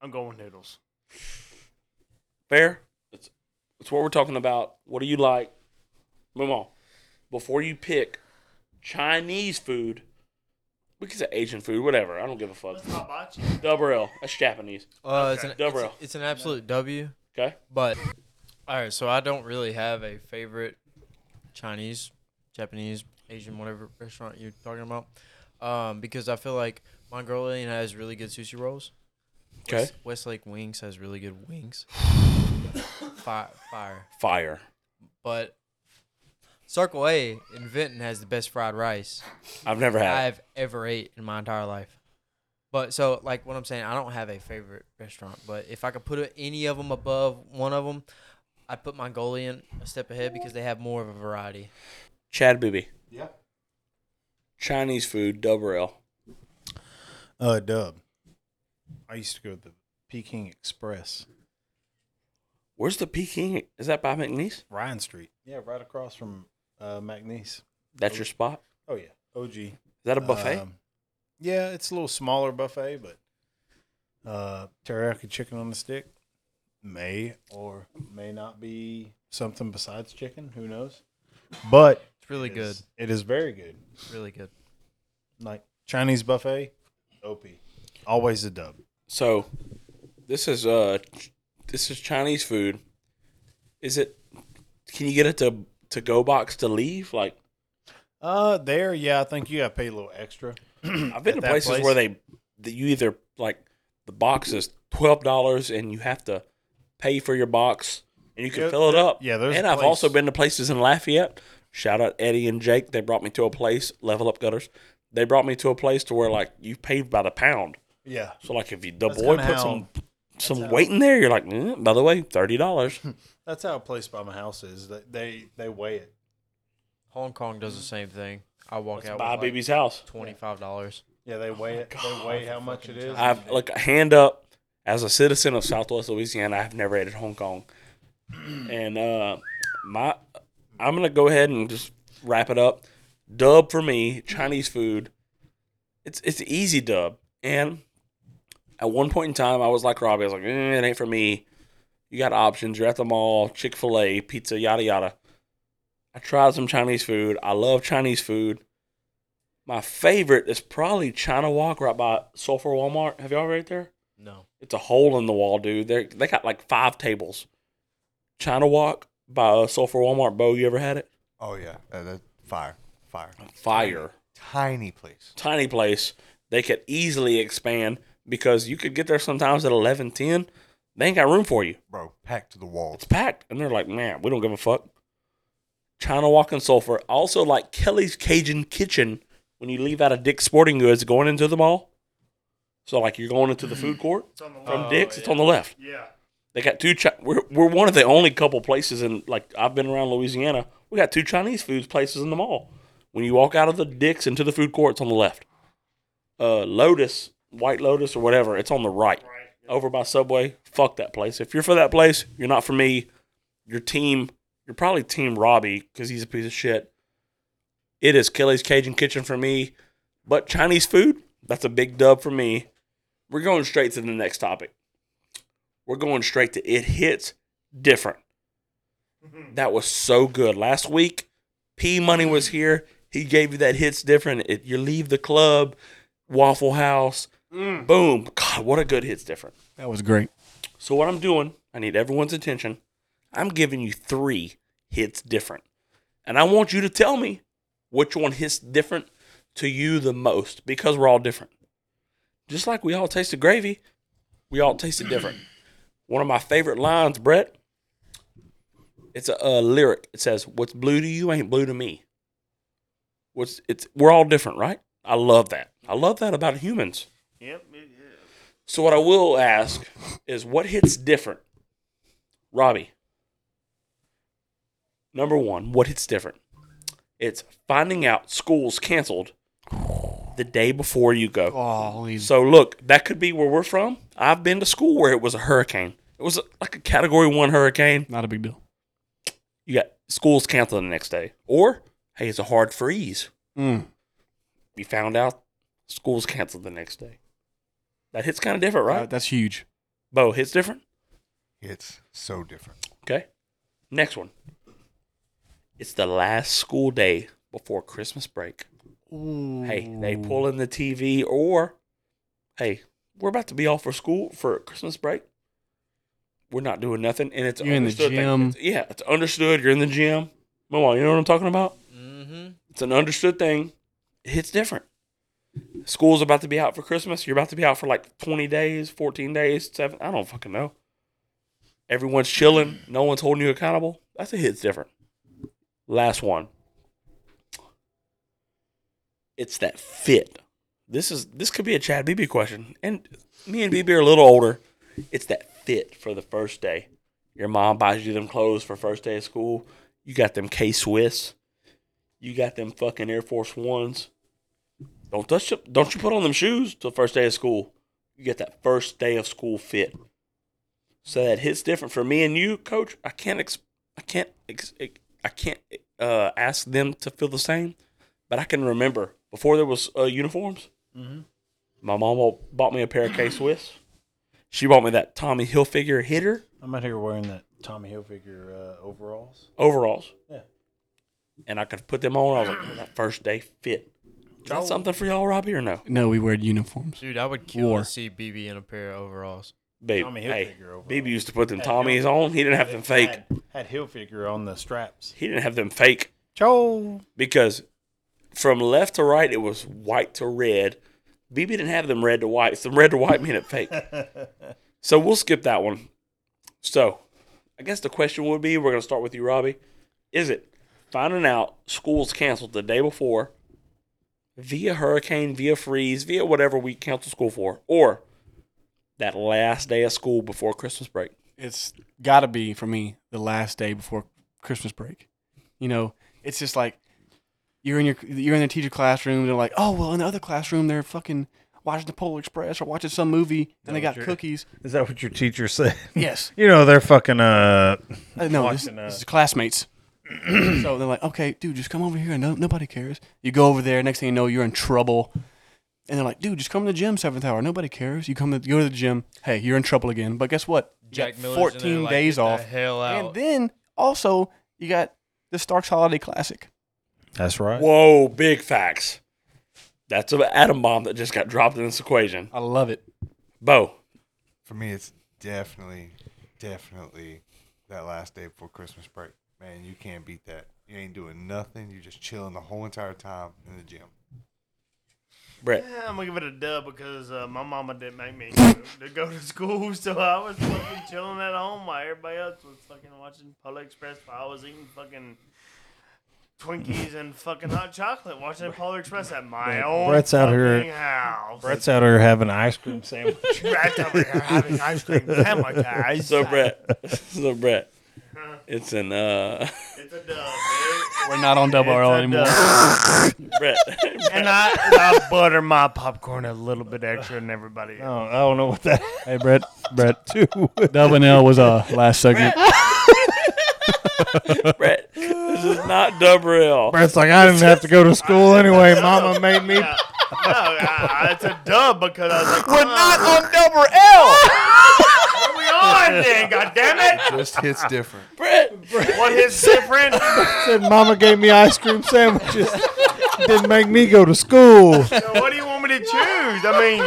I'm going with noodles. Fair. That's that's what we're talking about. What do you like? Move on. Before you pick Chinese food, we can say Asian food, whatever. I don't give a fuck. Hibachi. Double L. That's Japanese. Uh, it's, an, Double it's, L. it's an absolute W. Okay. But all right, so I don't really have a favorite Chinese, Japanese, Asian, whatever restaurant you're talking about, um, because I feel like Mongolian has really good sushi rolls. Okay. West, Westlake Wings has really good wings. fire, fire. Fire. But Circle A in Vinton has the best fried rice I've never had. it. I've ever ate in my entire life. But so, like what I'm saying, I don't have a favorite restaurant. But if I could put any of them above one of them, I'd put Mongolian a step ahead because they have more of a variety. Chad Booby. Yeah. Chinese food. Double L. Uh, dub. I used to go to the Peking Express, Where's the Peking? Is that by McNeese? Ryan Street. Yeah, right across from uh, McNeese. That's your spot. Oh yeah, OG. Is that a buffet? Um, yeah, it's a little smaller buffet, but uh, teriyaki chicken on the stick. may or may not be something besides chicken. Who knows? But It's really it good. is- It is very good. It's really good. Like Chinese buffet, OP. Always a dub. So, this is uh, ch- this is Chinese food. Is it? Can you get it to to go box to leave? Like *clears throat* Uh, there, yeah, I think you got to pay a little extra. I've been to At that places place? where they that you either like the box is twelve dollars and you have to pay for your box and you can Yeah, fill it there- up. yeah, there's a and I've place- also been to places in Lafayette. Shout out Eddie and Jake. They brought me to a place. Level up gutters. They brought me to a place to where like you paid by the pound. Yeah. So like if you the That's boy kinda put how- some some how- weight in there, you're like, mm, by the way, thirty dollars. That's how a place by my house is. They they, they weigh it. Hong Kong does the same thing. I walk out Buy with like BB's house. twenty five dollars. Yeah, they weigh it. They weigh how much it is. I've like hand up as a citizen of Southwest Louisiana. I've never ate at Hong Kong, and uh, my I'm gonna go ahead and just wrap it up. Dub for me, Chinese food. It's it's easy dub, and at one point in time, I was like Robbie. I was like, eh, it ain't for me. You got options. You're at the mall, Chick Fil A, pizza, yada yada. I tried some Chinese food. I love Chinese food. My favorite is probably China Walk right by Sulphur Walmart. Have y'all right there? No. It's a hole in the wall, dude. They they got like five tables. China Walk by uh, Sulphur Walmart. Bo, you ever had it? Oh yeah, uh, that fire, fire, Fire. tiny place. Tiny place. They could easily expand because you could get there sometimes at eleven ten. They ain't got room for you. bro, packed to the wall. It's packed, and they're like, man, we don't give a fuck. China Walk and Sulphur. I Also, like Kelly's Cajun Kitchen. When you leave out of Dick's Sporting Goods, going into the mall. So like you're going into the food court. on the left. Oh, from Dick's. It's on the left. Yeah. They got two. Chi- we're we're one of the only couple places in like I've been around Louisiana. We got two Chinese food places in the mall. When you walk out of the Dick's into the food court, it's on the left. Uh, Lotus, White Lotus, or whatever, it's on the right, over by Subway. Fuck that place. If you're for that place, you're not for me. Your team, you're probably Team Robbie because he's a piece of shit. It is Kelly's Cajun Kitchen for me, but Chinese food, that's a big dub for me. We're going straight to the next topic we're going straight to it hits different. That was so good. Last week, P Money was here. He gave you that hits different. It, you leave the club, Waffle House, boom. God, what a good hits different. That was great. So what I'm doing, I need everyone's attention. I'm giving you three hits different. And I want you to tell me which one hits different to you the most because we're all different. Just like we all tasted gravy, we all tasted different. One of my favorite lines, Brett, it's a, a lyric. It says, What's blue to you ain't blue to me. What's it's we're all different, right? I love that. I love that about humans. Yep. it- yeah. So what I will ask is what hits different? Robbie. Number one, what hits different? It's finding out school's canceled the day before you go. Oh, So look, that could be where we're from. I've been to school where it was a hurricane. It was like a category one hurricane. not a big deal. You got school's canceled the next day. Or, hey, it's a hard freeze. Mm. We found out school's canceled the next day. That hits kind of different, right? Uh, that's huge. Bo, hits different? It's so different. Okay. Next one. It's the last school day before Christmas break. Hey, they pull in the TV or hey, we're about to be off for school for Christmas break. We're not doing nothing and it's You're in the understood that- gym. it's- yeah, it's understood. You're in the gym. Come on, you know what I'm talking about? Mm-hmm. It's an understood thing. It hits different. School's about to be out for Christmas. You're about to be out for like 20 days, 14 days, seven. I don't fucking know. Everyone's chilling. No one's holding you accountable. That's a hit's different. Last one. It's that fit. This is this could be a Chad BB question. And me and BB are a little older. It's that fit for the first day. Your mom buys you them clothes for first day of school. You got them K Swiss. You got them fucking Air Force Ones. Don't touch them. Don't you put on them shoes till first day of school. You get that first day of school fit. So that hits different for me and you, Coach. I can't. Ex- I can't. Ex- I can't uh, ask them to feel the same, but I can remember before there was uh, uniforms. My mom bought me a pair of K Swiss. She bought me that Tommy Hilfiger hitter I'm out here wearing that Tommy Hilfiger uh, overalls. overalls. Yeah. And I could put them on. I was like, that first day fit. Is that something for y'all, Robbie, or no? No, we wear uniforms. Dude, I would kill War. to see BB in a pair of overalls. Babe, Tommy hey, Hilfiger overalls. BB used to put them Tommies on. He didn't have them fake. Had, had Hilfiger on the straps. He didn't have them fake Joe. because from left to right it was white to red. BB didn't have them red to white. Some red to white made it fake. so we'll skip that one. So I guess the question would be: We're going to start with you, Robbie. Is it finding out school's canceled the day before via hurricane, via freeze, via whatever we cancel school for, or that last day of school before Christmas break? it's got to be for me the last day before Christmas break. You know, it's just like you're in your you're in the teacher classroom. They're like, oh well, in the other classroom they're fucking watching the Polar Express or watching some movie, and they got cookies. Is that what your teacher said? *laughs* *laughs* Yes, You know, they're fucking uh Uh, no, this, Watching, uh, this is *clears throat* classmates. so they're like, okay, dude, just come over here. No, nobody cares. You go over there. Next thing you know, you're in trouble. And they're like, dude, just come to the gym seventh hour. Nobody cares. You come to go to the gym. Hey, you're in trouble again. But guess what? You Jack got Miller's in there, 14 like, days get the off. hell out. And then also you got the Starks Holiday Classic. That's right. Whoa, big facts. That's an atom bomb that just got dropped in this equation. I love it. Bo, For me, it's definitely, definitely that last day before Christmas break. Man, you can't beat that. You ain't doing nothing. You're just chilling the whole entire time in the gym. Brett. Yeah, Eh, I'm gonna give it a dub because uh, my mama didn't make me go to go to school, *laughs* so I was fucking chilling at home while everybody else was fucking watching Polar Express. While I was eating fucking Twinkies and fucking hot chocolate, watching Polar Express at my own Brett's out here- fucking house. Brett's out here having an ice *laughs* cream sandwich. Brett's over here having ice cream sandwich guys. So Brett, so Brett, it's an uh, It's a dub, dude. We're not on double It's RL a anymore. dub. Brett. *laughs* and I, and I butter my popcorn a little bit extra than everybody else. I don't know what that. *laughs* Hey, Brett. Brett *laughs* too. Double L was uh *laughs* last segment. Brett, this is not Dubrell. Brett's like, I didn't have to go to school anyway. Mama made *laughs* me. Yeah. No, Oh, I, I- it's a dub because I was like, we're on Double *laughs* L. What we on then, goddammit? Just hits different. Brett, What is different? Said Mama gave me ice cream sandwiches. *laughs* Didn't make me go to *laughs* school. So what do you want me to choose? I mean,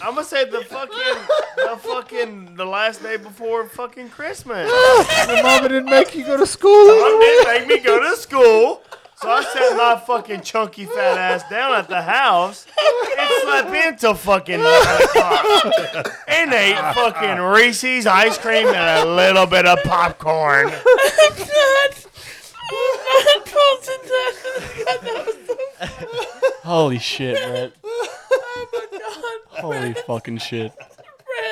I'm gonna say the fucking, the fucking, the last day before fucking Christmas. Your Mama didn't make you go to school. Mom Anyway. didn't make me go to school, so I sat my fucking chunky fat ass down at the house and slept into fucking nine o'clock and ate fucking Reese's ice cream and a little bit of popcorn. Holy shit, *laughs* Brett. Oh Holy fucking shit.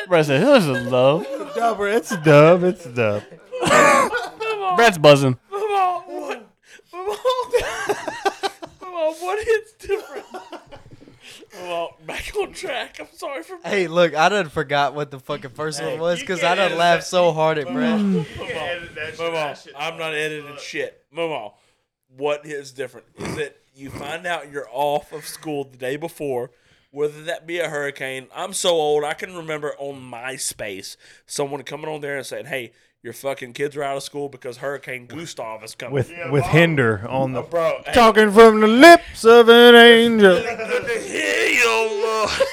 Brett said, "This is love." *laughs* No, Brett, it's a dub. It's a dub. Brett's buzzing. what? what is *laughs* different? Well, back on track. I'm sorry for Hey, look, I done forgot what the fucking first one was you because get I it. done laughed so hard at Brett. Move on. I'm not editing shit. Move on. What is different is that you find out you're off of school the day before, whether that be a hurricane. I'm so old, I can remember on MySpace someone coming on there and saying, "Hey, your fucking kids are out of school because Hurricane Gustav is coming." With with Hinder on the bro, hey, talking from the lips of an angel. good to hear you, Lord. uh, *laughs*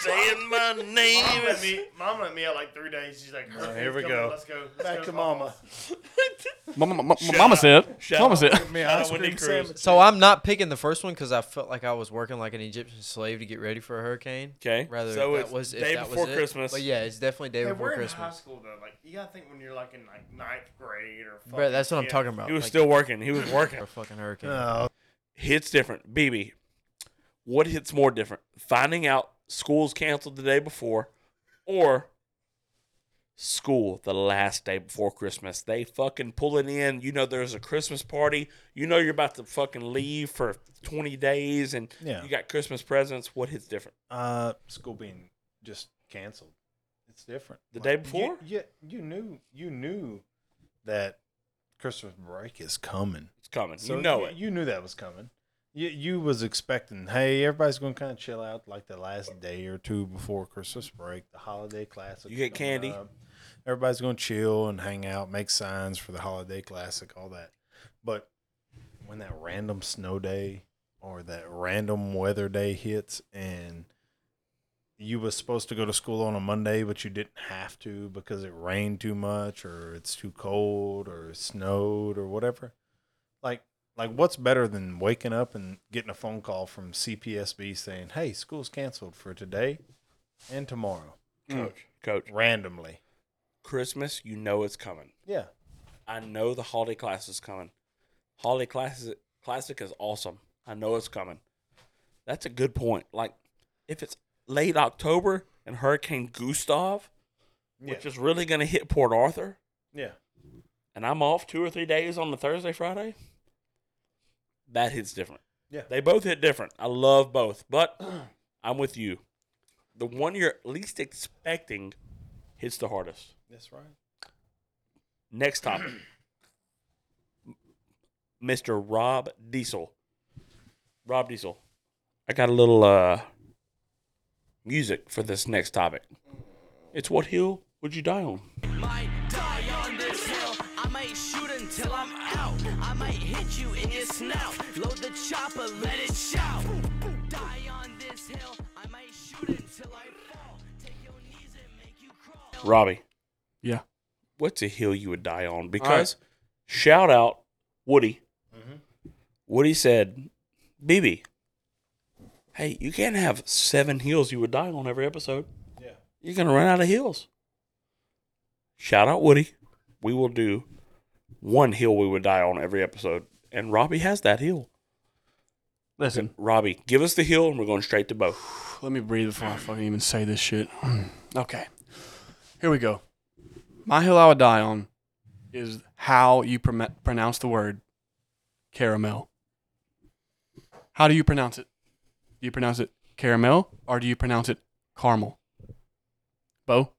Saying my name. Mom let me, mom let me out like three days. She's like, here we go. Let's go. Let's go. Mama, mama, mama said. Shut mama up. said. Shout out Wendy Cruz. So I'm not picking the first one because I felt like I was working like an Egyptian slave to get ready for a hurricane. Okay. Rather, so if that it's was if day that before was it. Christmas. But yeah, it's definitely day Hey, before we're in high Christmas. school though. Like you gotta think when you're like in like ninth grade or. Bro, fucking that's what I'm kid. talking about. He was like, still working. He was working. a fucking hurricane. hits different. BB, what hits more different? Finding out school's canceled the day before or school the last day before Christmas. They fucking pull it in. You know there's a Christmas party. You know you're about to fucking leave for 20 days and Yeah. you got Christmas presents. What hits different? Uh, school being just canceled. It's different. The day before? Yeah, you, knew you knew that Christmas break is coming. It's coming. you know you, it. You knew that was coming. you, you was expecting, hey, everybody's going to kind of chill out like the last day or two before Christmas break, the holiday classic. You get coming candy. up. Everybody's going to chill and hang out, make signs for the holiday classic, all that. But when that random snow day or that random weather day hits and you was supposed to go to school on a Monday, but you didn't have to because it rained too much or it's too cold or it snowed or whatever. Like, like what's better than waking up and getting a phone call from CPSB saying, "Hey, school's canceled for today and tomorrow," Coach, coach, randomly? Christmas, you know it's coming. Yeah, I know the holiday class is coming. Holiday classes classic is awesome. I know it's coming. That's a good point. Like if it's late October and Hurricane Gustav, which is really gonna hit Port Arthur, yeah. and I'm off two or three days on the Thursday, Friday, that hits different. Yeah. They both hit different. I love both, but *clears throat* I'm with you. The one you're least expecting hits the hardest. That's right. Next topic. *clears throat* Mr. Rob Diesel. Rob Diesel. I got a little uh music for this next topic. It's what hill would you die on? Might die on this hill. I might shoot until I'm out. I might hit you in your snout. Load the chopper, let it shout. Die on this hill. I might shoot until I fall. Take your knees and make you crawl. Robbie. Yeah. What's a hill you would die on? Because shout out Woody. Woody said, BB, hey, you can't have seven hills you would die on every episode. Yeah. You're going to run out of hills. Shout out Woody. We will do one hill we would die on every episode. And Robbie has that hill. Listen, Robbie, give us the hill and we're going straight to Bo. let me breathe before I fucking even say this shit. *clears throat* okay. Here we go. My hill I would die on is how you prom- pronounce the word caramel. How do you pronounce it? Do you pronounce it caramel or do you pronounce it caramel? Bo?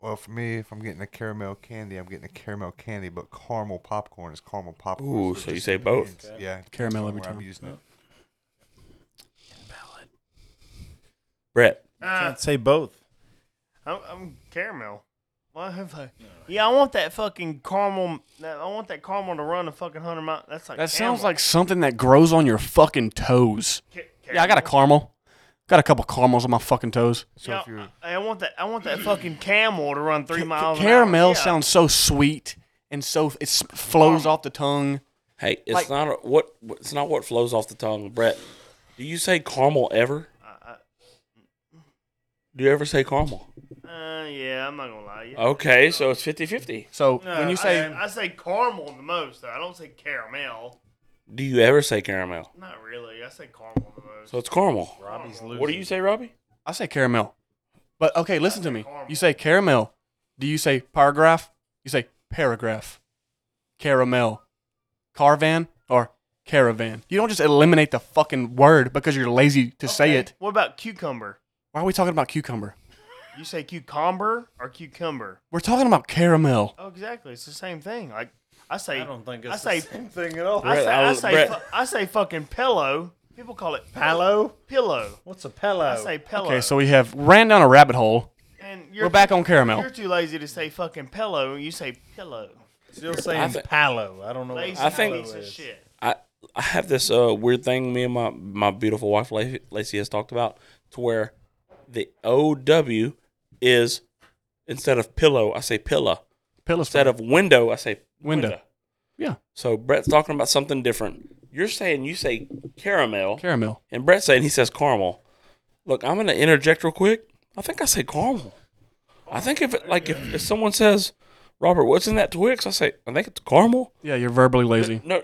Well, for me, if I'm getting a caramel candy, I'm getting a caramel candy, but caramel popcorn is caramel popcorn. Ooh, it so you just say both. depends. Yeah, it depends Caramel on every where I'm time. using it. Brett, Uh, I'd say both. I'm, I'm caramel. Why have I? Yeah, I want that fucking caramel. that- I want that caramel to run a fucking hundred miles. That's like That sounds camel. like something that grows on your fucking toes. Ca- Yeah, I got a caramel. caramel. Got a couple caramels on my fucking toes. So Yeah, if you're I, I want that. I want that fucking camel to run three Ca- miles. an hour. caramel Yeah. sounds so sweet and so it s- flows off the tongue. hey, it's Like- not a, what it's not what flows off the tongue. Brett, do you say caramel ever? I- Do you ever say caramel? I- uh, yeah, I'm not gonna lie. Yeah. Okay, so it's 50 50. So No, when you say I, I say caramel the most. Though. I don't say caramel. Do you ever say caramel? Not really. I say caramel the most. So it's caramel. Robbie's losing. What do you say, Robbie? I say caramel. But okay, listen to me. caramel. You say caramel. Do you say paragraph? You say paragraph. Caramel. Carvan or caravan. You don't just eliminate the fucking word because you're lazy to say Okay, it. What about cucumber? Why are we talking about cucumber? You say cucumber or cucumber? We're talking about caramel. Oh, exactly. It's the same thing. Like I say. I don't think I it's say. the same thing at all. I say. Brett, I I was- say, Brett. fu- I say fucking pillow. People call it Hello? Pillow. What's a pillow? I say pillow. Okay, so we have ran down a rabbit hole. and We're back on caramel. You're too lazy to say fucking pillow. You say pillow. still I saying thi- palo. I don't know. Lazy I think- piece of shit. I I have this uh, weird thing me and my, my beautiful wife Lacey, Lacey has talked about to where the OW is instead of pillow, I say pillow. Pillows. Instead of window, I say Window. window. Yeah. So Brett's talking about something different. You're saying you say caramel, caramel. and Brett's saying he says caramel. Look, I'm going to interject real quick. I think I say caramel. I think if it, like if, if someone says, Robert, what's in that Twix? I say, I think it's caramel. Yeah, you're verbally lazy. No,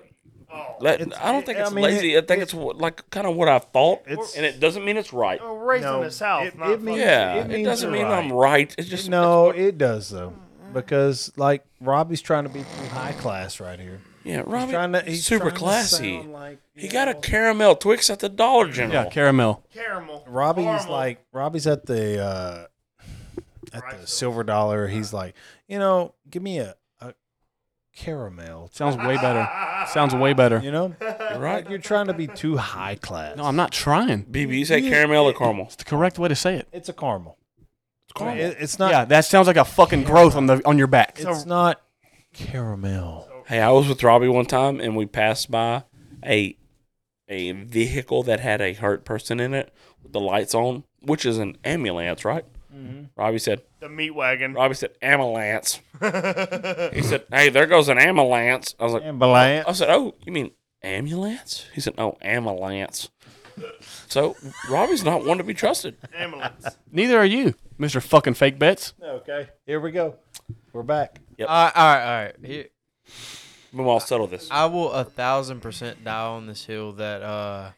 let- It's- I don't think I it's mean, lazy. I think it's, what like kind of what I thought, It's- and it doesn't mean it's right. We're raised in No, the south. it- not it means- fucking- Yeah, it it, means doesn't mean you're I'm right. It's just No, it does though, because like Robbie's trying to be too high class right here. yeah, Robbie, He's trying to he's super trying to classy. sound like, he you got a know, caramel Twix at the Dollar Yeah, General. caramel. Caramel. Robbie's Caramel. like Robbie's at the uh, at the Rice Silver Dollar. He's like, you know, give me a, a caramel. Sounds way better. Sounds *laughs* way better. You *laughs* know, You're right. you're trying to be too high class. No, I'm not trying. BB, you say caramel or caramel? It's the correct way to say it. It's a caramel. It's caramel. It- it's not. yeah, that sounds like a fucking growth on the on your back. It's not caramel. Hey, I was with Robbie one time and we passed by a a vehicle that had a hurt person in it with the lights on, which is an ambulance, right? Robbie said, The meat wagon. Robbie said, ambulance. he said, hey, there goes an ambulance. I was like, Ambulance. I said, oh, you mean ambulance? He said, no, ambulance. So Robbie's not one to be trusted. *laughs* Ambulance. Neither are you, Mister Fucking Fake Bets. Okay, here we go. We're back. all right, all right, all right. Here, We'll all settle this. I will a thousand percent die on this hill that uh,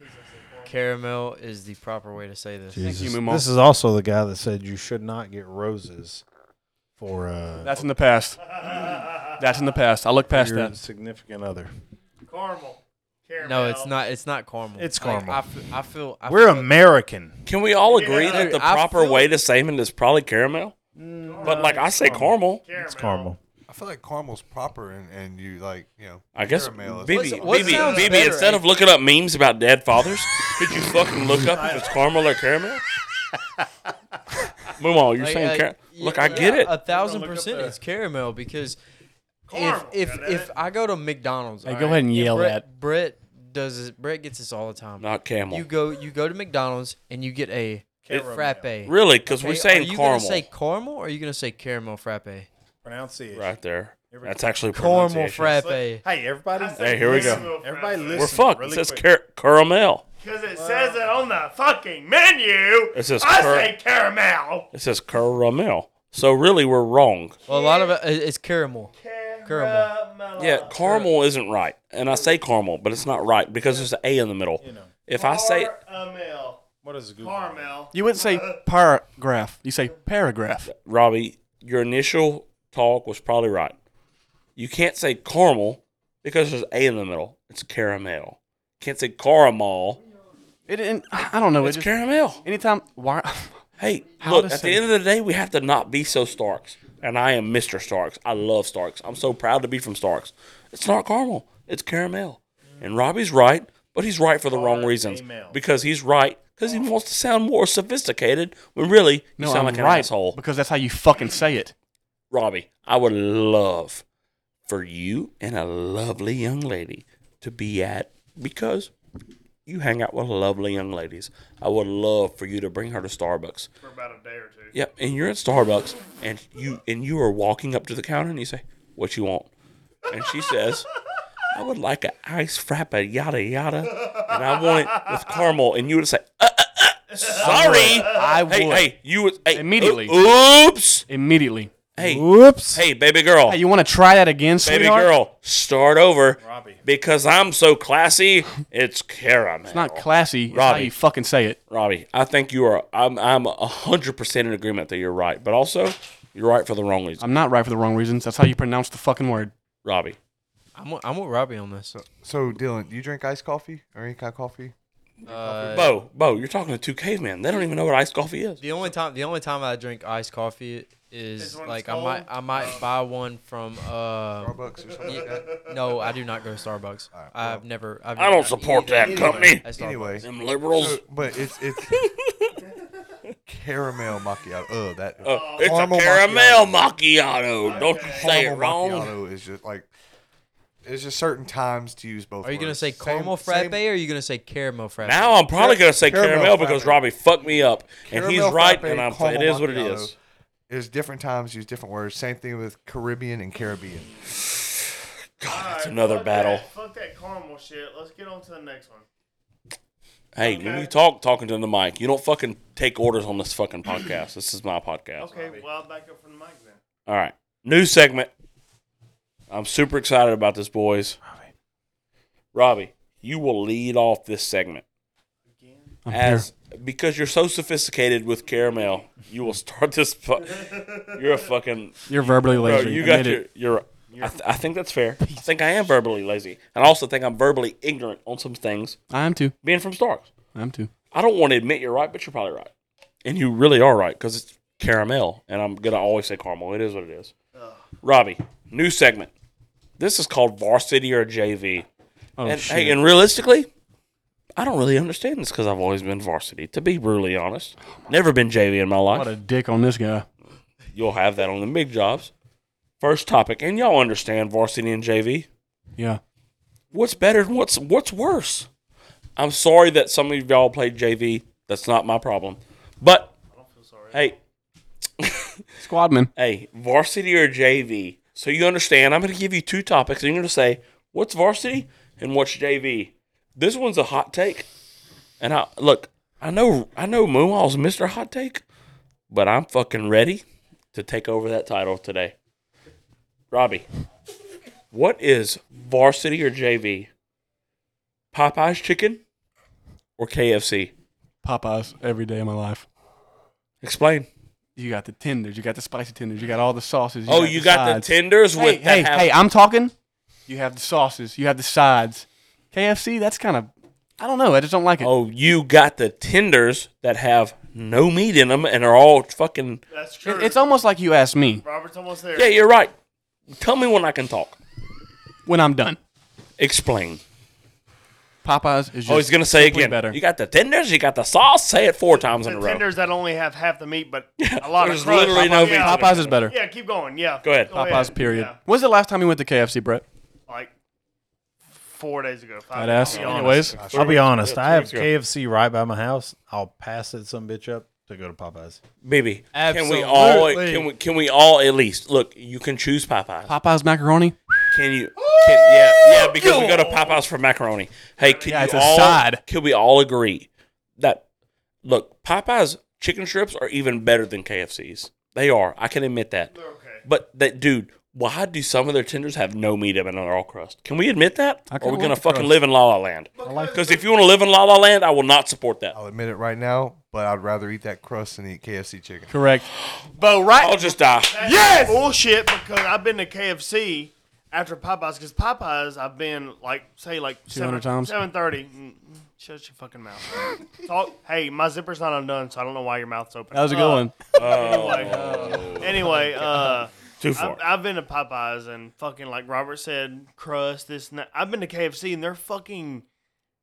caramel is the proper way to say this. you, Mumal. this is also the guy that said you should not get roses for uh, That's in the past. That's in the past. I look past your that. significant other. Caramel. Caramel. No, it's not. It's not caramel. It's Like, caramel. I fe- I feel. I We're feel, American. Can we all agree Yeah, that the dude, I proper feel- way to say it is probably caramel? But like I say caramel. Uh, Caramel. It's caramel. I feel like caramel's proper, and, and you like you know. I guess Caramel is- BB, What's- what BB, sounds BB better, instead of looking up memes about dead fathers, could you fucking look up if it's caramel or caramel? Mumal, you're like, saying uh, car- Look, yeah, I get it. A thousand look up percent the- it's caramel because Caramel, if if God damn if it. I go to McDonald's, Hey, all go ahead and yell Brett, that. Brett does this, Brett gets this all the time. Not camel. You go you go to McDonald's and you get a frappe. really? Because Okay, we're saying are you caramel gonna say caramel or are you gonna say caramel frappe? Pronounce it. right there. That's actually Caramel pronunciation. frappe. Hey, everybody. Hey, here we go. Everybody We're listen fucked. really it says quick. car- caramel. Because it says it on the fucking menu. It says I cur- say caramel. It says caramel. So really, we're wrong. Well, a lot of it it's caramel. Caramel. Yeah, caramel isn't right, and I say caramel, but it's not right because there's an A in the middle. If I say Caramel. What is Google? Caramel. You wouldn't say paragraph. You say paragraph. Robbie, your initial talk was probably right. You can't say caramel because there's A in the middle. It's caramel. Can't say caramel. It, didn't I don't know. It It's just, caramel. anytime. Why? *laughs* Hey, How look, to at the say- end of the day, we have to not be so Starks. And I am Mr. Starks. I love Starks. I'm so proud to be from Starks. It's not caramel, it's caramel. And Robbie's right, but he's right for the wrong reasons. Caramel. Because he's right, because he wants to sound more sophisticated when really you No, sound I'm like an right asshole. because that's how you fucking say it. Robbie, I would love for you and a lovely young lady to be at because you hang out with lovely young ladies. I would love for you to bring her to Starbucks. For about a day or two. Yep, and you're at Starbucks and you and you are walking up to the counter and you say, "What you want?" And she says, "I would like an ice frappe, yada yada, and I want it with caramel." And you would say, uh, uh, uh, "Sorry, I would hey, hey, you would hey, Immediately. Oops, immediately. hey, Whoops. hey, baby girl, Hey, you want to try that again, Baby sweetheart? girl, start over. Robbie. Because I'm so classy, it's caramel. It's not classy. It's how Robbie. you fucking say it. Robbie, I think you are. I'm. I'm hundred percent in agreement that you're right, but also you're right for the wrong reason. I'm not right for the wrong reasons. That's how you pronounce the fucking word. Robbie, I'm with- I'm with Robbie on this. So Dylan, do you drink iced coffee or any kind of coffee? Uh, Bo, Bo, you're talking to two cavemen. They don't even know what iced coffee is. The only time the only time I drink iced coffee Is is when it's like I might I might buy one from uh Starbucks or something like yeah, that. no I do not go to Starbucks. All right, I've never I've I don't support that company. Anyway, Them liberals. so- but it's it's *laughs* caramel macchiato. Oh, that Uh, it's caramel a caramel macchiato. macchiato. Don't you say it Caramel wrong. macchiato is just like it's just certain times to use both. Are you gonna words. say Same- caramel same- frappe or are you gonna say caramel frappe? Now I'm probably gonna say Caramel caramel, because frappe. Robbie fucked me up, and Caramel he's right, frappe, and I'm. It caramel is what it macchiato. is. There's different times use different words. Same thing with Caribbean and Caribbean. God, Alright, it's another fuck battle. That, fuck that caramel shit. Let's get on to the next one. Hey, when you talk, talking to the mic, you don't fucking take orders on this fucking podcast. this is my podcast. Okay, well, I'll back up from the mic then. All right. New segment. I'm super excited about this, boys. Robbie, you will lead off this segment. I'm As because you're so sophisticated with caramel, you will start this. Fu- you're a fucking here. You're verbally bro. lazy. You got Admit your. it. You're. I, th- I think that's fair. I think I am verbally lazy, and I also think I'm verbally ignorant on some things. I'm too. Being from Starks, I'm too. I don't want to admit you're right, but you're probably right. And you really are right because it's caramel. And I'm going to always say caramel. It is what it is. Robbie, new segment. This is called varsity or JV. Oh, and shit. hey, and realistically, I don't really understand this because I've always been varsity. To be brutally honest, never been JV in my life. what a dick on this guy. You'll have that on the big jobs. First topic, and y'all understand varsity and JV. Yeah. What's better? and What's what's worse? I'm sorry that some of y'all played JV. That's not my problem. But hey, Squadman. hey, varsity or JV. So you understand, I'm going to give you two topics, and you're going to say, what's varsity and what's JV? This one's a hot take. And I look, I know, I know Moonwall's Mr. Hot Take, but I'm fucking ready to take over that title today. Robbie, what is varsity or JV? Popeye's chicken or KFC? Popeyes every day of my life. Explain. You got the tenders. You got the spicy tenders. You got all the sauces. oh, you got the sides. tenders with Hey, hey, that have- hey, I'm talking. You have the sauces. You have the sides. KFC, that's kind of, I don't know. I just don't like it. Oh, you got the tenders that have no meat in them and are all fucking. That's true. It- it's almost like you asked me Robert's almost there. Yeah, you're right. Tell me when I can talk. when I'm done. Explain. Popeyes is just oh, he's gonna say simply again. better. You got the tenders. You got the sauce. Say it four times in a the row. tenders that only have half the meat, but a lot There's of crust. literally no meat. yeah. Popeyes is better. Yeah, keep going. Yeah. Go ahead. Popeyes, period. Yeah. When's the last time you went to KFC, Brett? Like four days ago. Five I'd ask. days ago. Anyways, I'll be honest. I have weeks ago. KFC right by my house. I'll pass it some bitch up to go to Popeyes. Baby, can we all? Absolutely. Can we? Can we all at least look? You can choose Popeyes. Popeyes macaroni? Can you? Can, yeah, yeah. Because we go to Popeyes for macaroni. Hey, can Yeah, you it's a all? side. Can we all agree that look Popeyes chicken strips are even better than KFC's? They are. I can admit that. Okay. But that dude, why do some of their tenders have no meat in them and they're all crust? Can we admit that? Or are I we kinda gonna like the fucking crust. live in La La Land? Because if you want to live in La La Land, I will not support that. I'll admit it right now, but I'd rather eat that crust than eat KFC chicken. Correct. Bo, right? I'll just die. yes! bullshit because I've been to KFC after Popeyes because Popeyes I've been like say like 200 times? seven thirty. Mm, Shut your fucking mouth. Talk. Hey, my zipper's not undone, so I don't know why your mouth's open. How's it Uh, going? Anyway, anyway, uh, Too I've, far. I've been to Popeyes and fucking like Robert said, crust this. And that. I've been to KFC and they're fucking.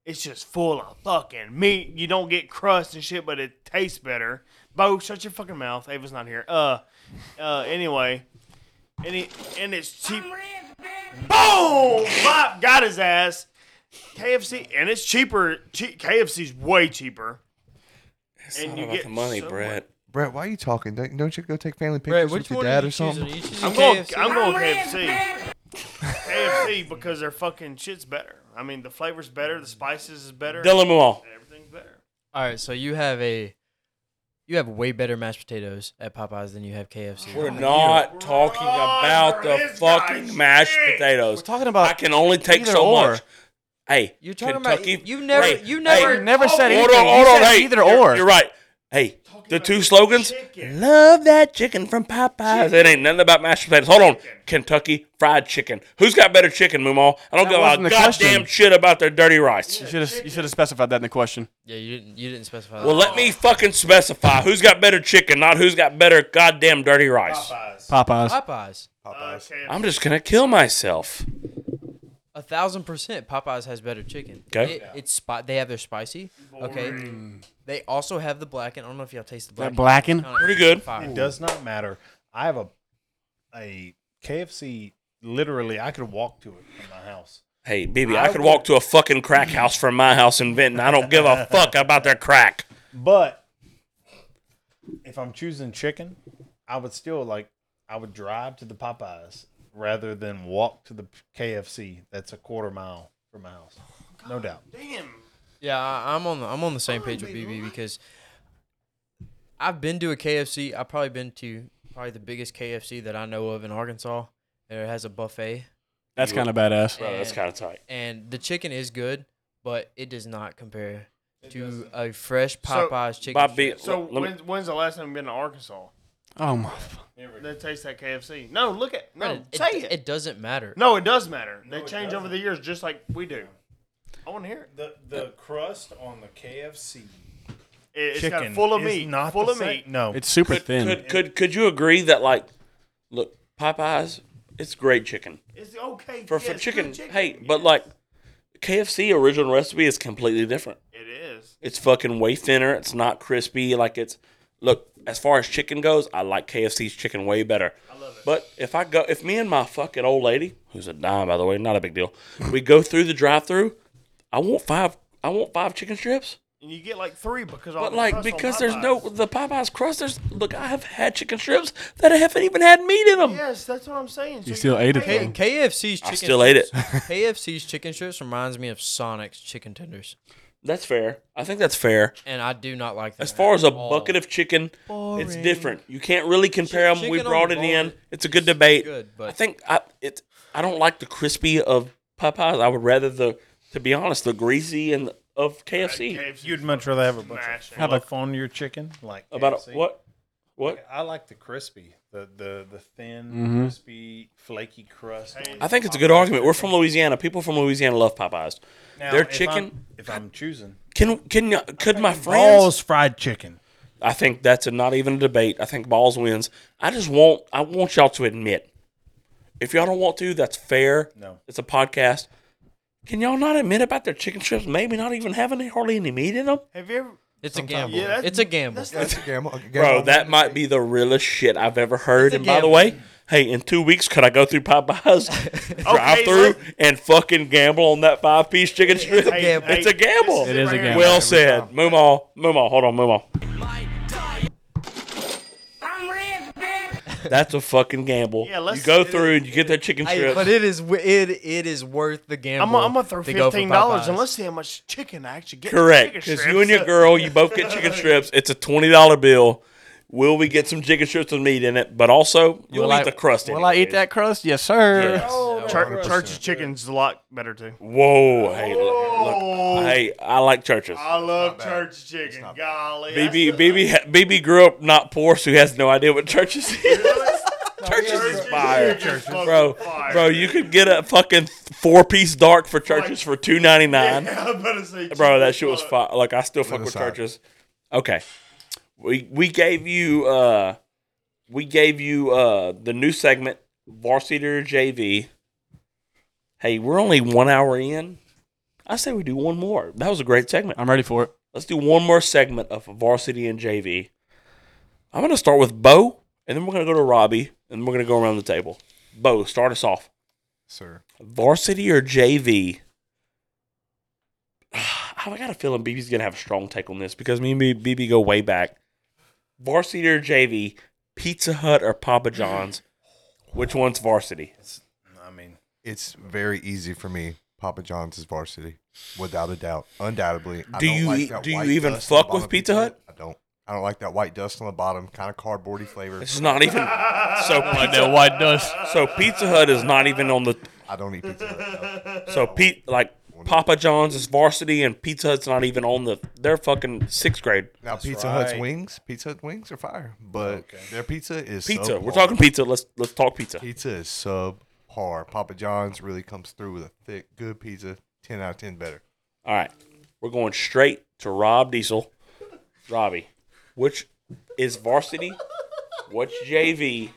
It's just full of fucking meat. You don't get crust and shit, but it tastes better. Bo, shut your fucking mouth. Ava's not here. Uh, uh. Anyway, and it, and it's cheap. Boom! Bop, got his ass. KFC and it's cheaper. Che- KFC's way cheaper. It's And not you about get the money, so Brett. Brett, why are you talking? Don't don't you go take family pictures Brett, with which your one dad or are you choosing? Are something? you choosing I'm going. KFC? I'm going KFC. KFC because their fucking shit's better. I mean, the flavor's better, the spices is better, Dylan Moore. everything's better. All right, so you have a you have way better mashed potatoes at Popeyes than you have KFC. We're not talking about the this fucking guy's mashed shit. potatoes. We're talking about I can only take either so or. much. Hey, You're talking Kentucky, e- about you never hey, you hey, never You never said Hold anything. on, hold You on. said Hey, either you're- or. You're right. Hey, the about two slogans. chicken. Love that chicken from Popeyes. It ain't nothing about mashed potatoes. Hold on, Kentucky Fried Chicken. Who's got better chicken, Mumal? I don't That give wasn't a the goddamn question. shit about their dirty rice. You should have you should have specified that in the question. Yeah, you didn't you didn't specify. Well, that. let me fucking specify who's got better chicken, not who's got better goddamn dirty rice. Popeyes. Popeyes. I'm just gonna kill myself. A thousand percent, Popeyes has better chicken. 'Kay. It- it's spot. They have their spicy. Okay, they also have the blackened. I don't know if y'all taste the That blackened. blackened. Kinda Pretty good. fire. It does not matter. I have a a KFC. Literally, I could walk to it from my house. Hey, BB, I, could walk to a fucking *clears throat* crack house from my house in Benton. I don't give *laughs* a fuck about their crack. But if I'm choosing chicken, I would still like I would drive to the Popeyes rather than walk to the KFC. That's a quarter mile from my house. No doubt. Yeah, I, I'm on the I'm on the same page with BB because I've been to a KFC. I've probably been to probably the biggest KFC that I know of in Arkansas. It has a buffet, That's kind of badass. Bro, that's kind of tight. and the chicken is good, but it does not compare to a fresh So- Popeyes chicken. Bob B, So let me- when, when's the last time you've been to Arkansas? Oh my. f- They taste that KFC. No, look at no. It, say it. it. doesn't matter. No, it does matter. They change over the years, just like we do. I want to hear it. The the crust on the KFC it it's got full of meat. full of meat. Oh. No, It's super could, thin. Could, could could you agree that like, look, Popeyes It's great chicken It's okay for, for yeah, it's good chicken, Hey, but yes. like KFC original recipe is completely different. it is. It's fucking way thinner. It's not crispy. Like it's look as far as chicken goes, I like KFC's chicken way better. I love it. But if I go, if me and my fucking old lady, who's a dime by the way, not a big deal, *laughs* we go through the drive-through, I want five. I want five chicken strips. And you get like three because all But Oh, the like crust on because there's no Popeyes. the Popeyes crust. There's look, I have had chicken strips that haven't even had meat in them. Yes, that's what I'm saying. So still ate it, pay- though. KFC's I chicken still ate it. KFC's chicken strips reminds me of Sonic's chicken tenders, That's fair. I think that's fair. and I do not like that. As far as a bucket of chicken, it's different. You can't really compare them. We chicken on brought the it in. bone It's a good debate. good, I but- think I it. I don't like the crispy of Popeyes. I would rather the, to be honest, the greasy and Uh, of KFC. KFC. You'd much rather have a bunch Smash it. of fluff on your chicken, like About KFC? a, what? What? I like the crispy, the the the thin, crispy, flaky crust. Mm-hmm. I think it's a good argument. We're from Louisiana. People from Louisiana love Popeyes. Now, Their if I'm- chicken. If I'm choosing, Can can y- could my friends? Balls fried chicken. I think that's a, not even a debate. I think Balls wins. I just want I want y'all to admit. If y'all don't want to, that's fair. No. It's a podcast. Can y'all not admit about their chicken strips maybe not even having hardly any meat in them? Have you ever? it's a gamble. Yeah, that's- it's a gamble. That's a gamble. a Bro, gamble. that might be the realest shit I've ever heard. a And by the gamble. way, hey, in two weeks, could I go through *laughs* Popeyes drive through so- and fucking gamble on that five piece chicken strip? Hey, hey, *laughs* It's a gamble. this It is right a here. gamble. Well said. Moomaw. Moomaw. Hold on, Moomaw. That's a fucking gamble. Yeah, let's- you go through and you get that chicken Hey, strips. but it is w- it it is worth the I'm gamble. gonna I'm gonna throw to go for fifteen dollars and Popeyes. let's see how much chicken I actually get. for Correct, chicken because strips. you and your girl, you both get *laughs* chicken strips. It's a twenty dollar bill. Will we get some chicken strips with meat in it? But also, you'll Will eat I- the crust. Will I eat anyways. that crust? Yes, sir. Yes. Chur- Church's chicken's a lot better too. Whoa! Hey, look, look, hey, I like churches. I love Church's chicken. Golly, BB BB ha- BB grew up not poor, so he has no idea what churches is. *laughs* churches is fire, bro. Bro, you could get a fucking four piece dark for churches for two ninety nine. I better say, bro, that shit was fire. Like I still fuck the with side. churches. Okay, we we gave you uh we gave you uh the new segment varsity or JV. Hey, we're only one hour in. I say we do one more. That was a great segment. *laughs* I'm ready for it. Let's do one more segment of varsity and JV. I'm gonna start with Bo, and then we're gonna go to Robbie, and we're gonna go around the table. Bo, start us off sir. varsity or JV? *sighs* I got a feeling BB's gonna have a strong take on this because me and BB go way back. Varsity or JV? Pizza Hut or Papa John's? Which one's varsity? I mean, It's very easy for me. Papa John's is varsity, without a doubt, undoubtedly. I Do don't you like eat- that do you white even dust on the fuck with bottom of Pizza Hut? I don't. I don't like that white dust on the bottom, kind of cardboardy flavor. This is not even so pizza. white dust. So Pizza Hut is not even on the I don't eat *laughs* Pizza Hut. no. so Pete like Papa John's is varsity and Pizza Hut's not even on the. They're fucking sixth grade Now Pizza Hut's right. wings, Pizza Hut wings are fire, but their pizza is pizza. We're subpar. talking pizza. Let's let's talk pizza. pizza is subpar. Papa John's really comes through with a thick, good pizza. Ten out of ten better. All right. We're going straight to Rob Diesel. Robbie, which is varsity? What's JV?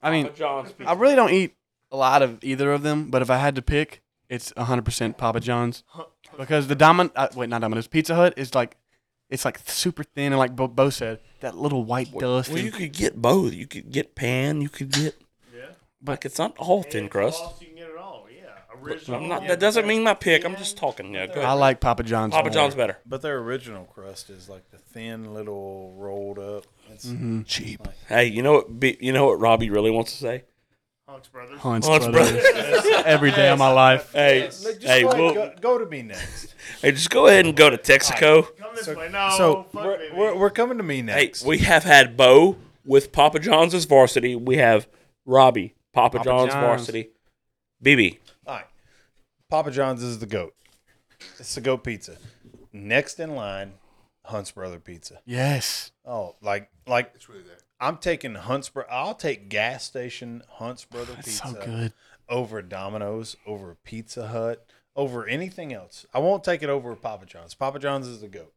I mean, Papa John's I pizza. really don't eat a lot of either of them, but if I had to pick, it's 100% Papa John's because the Domino uh, wait, not Domino's, Pizza Hut is like it's like super thin and like Bo, Bo said, that little white dust. Well, and- you could get both. You could get pan. You could get. But- Like it's not all thin crust. You can get it all. Yeah, original. I'm not. That doesn't mean my pick. I'm just talking. Yeah, go I ahead. like Papa John's. Papa more. John's better. but their original crust is like the thin little rolled up. It's Mm-hmm. Cheap. Hey, you know what? Be, you know what Robbie really wants to say? Hunks brothers. Hunts, Hunts Brothers. *laughs* Every day of my life. Hey, hey, go, ahead, we'll, go, go to *laughs* me next. hey, just go ahead and go to Texaco. Come this way. Oh, No, so fuck we're, baby. we're, we're coming to me Hey, next. we have had Bo with Papa John's as varsity. We have Robbie, Papa, Papa John's, John's. varsity. BB, All right. Papa John's is the goat. It's the goat pizza. Next in line, Hunt's Brother Pizza. Yes. Oh, like like it's really there. I'm taking Hunt's Brother. I'll take gas station Hunt's Brother It's Pizza so good. over Domino's, over Pizza Hut, over anything else. I won't take it over Papa John's. Papa John's is the goat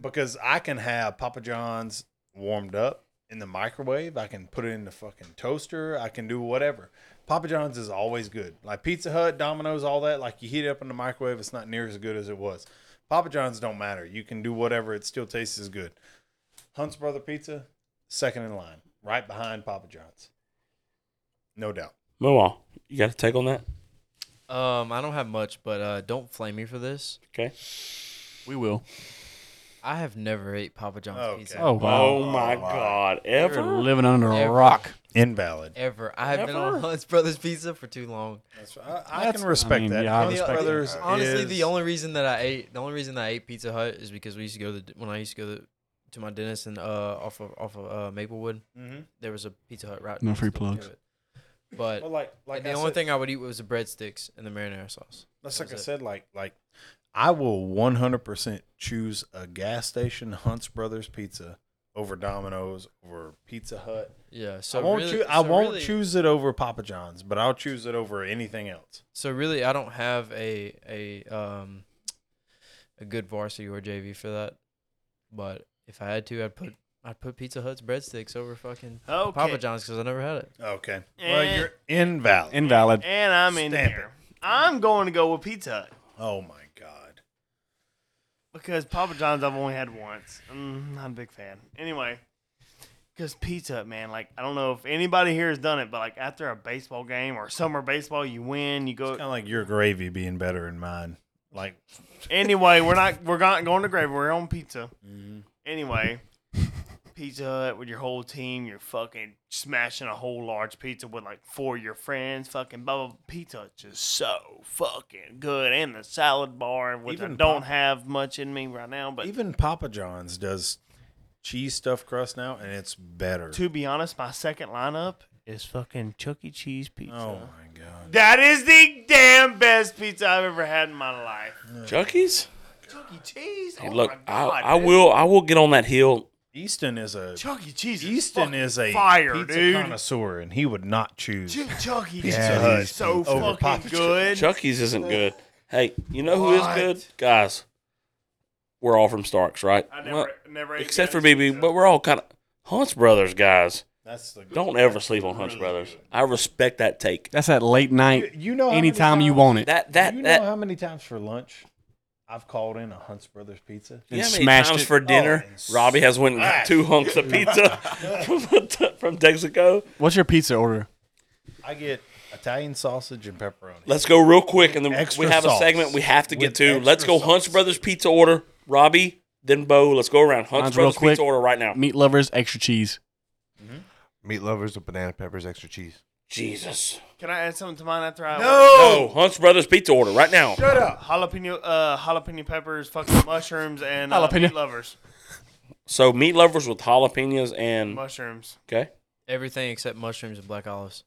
because I can have Papa John's warmed up. in the microwave. I can put it in the fucking toaster. I can do whatever. Papa John's is always good. Like Pizza Hut, Domino's, all that. Like you heat it up in the microwave, it's not near as good as it was. Papa John's don't matter. You can do whatever. It still tastes as good. Hunt's Brother Pizza, second in line, right behind Papa John's. No doubt. Moomaw, you got a take on that? Um, I don't have much, but uh, don't flame me for this. Okay. We will. I have never ate Papa John's Okay. pizza Oh wow. Oh, my God. Ever? You're living under a Ever. rock. Invalid. ever. I have been Ever? on Hunt's Brothers Pizza for too long. I, I can respect I mean, that. yeah, I Hunt's respect that. Brothers Honestly, is- the only reason that I ate the only reason that I ate Pizza Hut is because we used to go to when I used to go to, to my dentist and uh off of off of uh, Maplewood Mhm. there was a Pizza Hut right. No next free to it. plugs. But Well, like, like the I only said- thing I would eat was the breadsticks and the marinara sauce. That's That like I was it. said, like like I will one hundred percent choose a gas station Hunt's Brothers Pizza over Domino's over Pizza Hut. Yeah, so I won't really, choo- I so won't really- choose it over Papa John's, but I'll choose it over anything else. So really, I don't have a a um a good varsity or JV for that. But if I had to, I'd put I'd put Pizza Hut's breadsticks over fucking Okay. Papa John's because I never had it. Okay. Eh. well, you're invalid. Invalid. And I'm in Stamp here. I'm going to go with Pizza Hut oh my god. because Papa John's I've only had once. Mm, not a big fan. Anyway, because Pizza Hut, man, like I don't know if anybody here has done it, but like after a baseball game or summer baseball, you win, you It's kind go. of like your gravy being better than mine. Like Anyway, we're not we're not going to grave. We're on pizza. Mm-hmm. Anyway. Pizza Hut with your whole team, you're fucking smashing a whole large pizza with like four of your friends, fucking blah blah. blah. Pizza Hut's just so fucking good, and the salad bar, which I Even don't Pop- have much in me right now, but even Papa John's does cheese stuffed crust now, and it's better. To be honest, my second lineup is fucking Chuck E. Cheese pizza. oh my god. That is the damn best pizza I've ever had in my life. Chucky's? Chuck E. Cheese. Hey, oh look, my I, God, I dude. will I will get on that hill. Easton is a Chuck E. Cheese. Is Easton fucking is a fire, pizza dude. connoisseur, and he would not choose. Ch- Chuck E. Pizza Cheese Hut is so over fucking Papa good. Chucky's isn't good. Hey, you know who is What? good? Guys, we're all from Starks, right? I never, Well, never ate except for Jack's BB, pizza. but we're all kind of Hunts Brothers guys. That's the Don't ever sleep on Hunts Brothers. I respect that take. That's that late night. You know, how many anytime you times- want it. That that you that. know how many times for lunch I've called in a Hunts Brothers pizza. you know how and many smashed times it. for dinner, Oh, and Robbie has went and got two hunks of pizza *laughs* from, from Texaco. What's your pizza order? I get Italian sausage and pepperoni. Let's go real quick, and then Extra we have a sauce. segment we have to get With to. Let's extra go Hunts sauce. Brothers Pizza order. Robbie, then Bo. Let's go around Hunts Mine's real Brothers quick. Pizza order right now. Meat lovers, extra cheese. Meat lovers with banana peppers, extra cheese. Jesus. Can I add something to mine after I No, Hunts Brothers Pizza order right now. Shut up. Jalapeno, uh, jalapeno peppers, fucking mushrooms, and uh, Jalapeno. meat lovers. So meat lovers with jalapenos and Mushrooms. okay, Everything except mushrooms and black olives.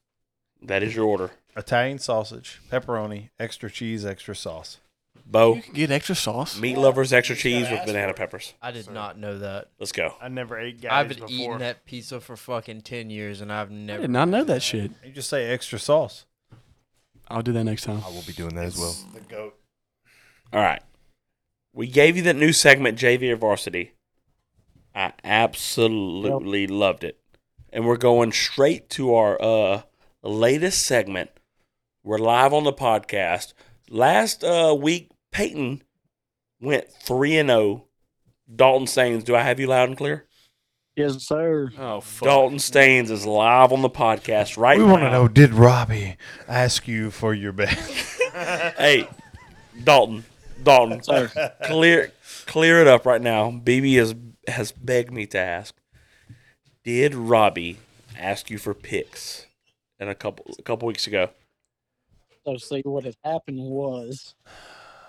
that is your order. Italian sausage, pepperoni, extra cheese, extra sauce. Bo, You can get extra sauce. meat lovers extra cheese with banana peppers. I did not know that. Let's go. I never ate guys I've been before. eating that pizza for fucking ten years, and I've I never. did not know that shit. You just say extra sauce. I'll do that next time. I will be doing that as well. The goat. All right. We gave you that new segment, JV or Varsity. I absolutely loved it. And we're going straight to our uh, latest segment. We're live on the podcast. Last uh, week, Peyton went 3 and 0. Dalton Staines, do I have you loud and clear? Yes, sir. Oh fuck. Dalton Staines is live on the podcast right We now. want to know: Did Robbie ask you for your bet? Hey, Dalton, Dalton, Sir. clear clear it up right now. BB has has begged me to ask. Did Robbie ask you for picks? And a couple a couple weeks ago, So see what had happened was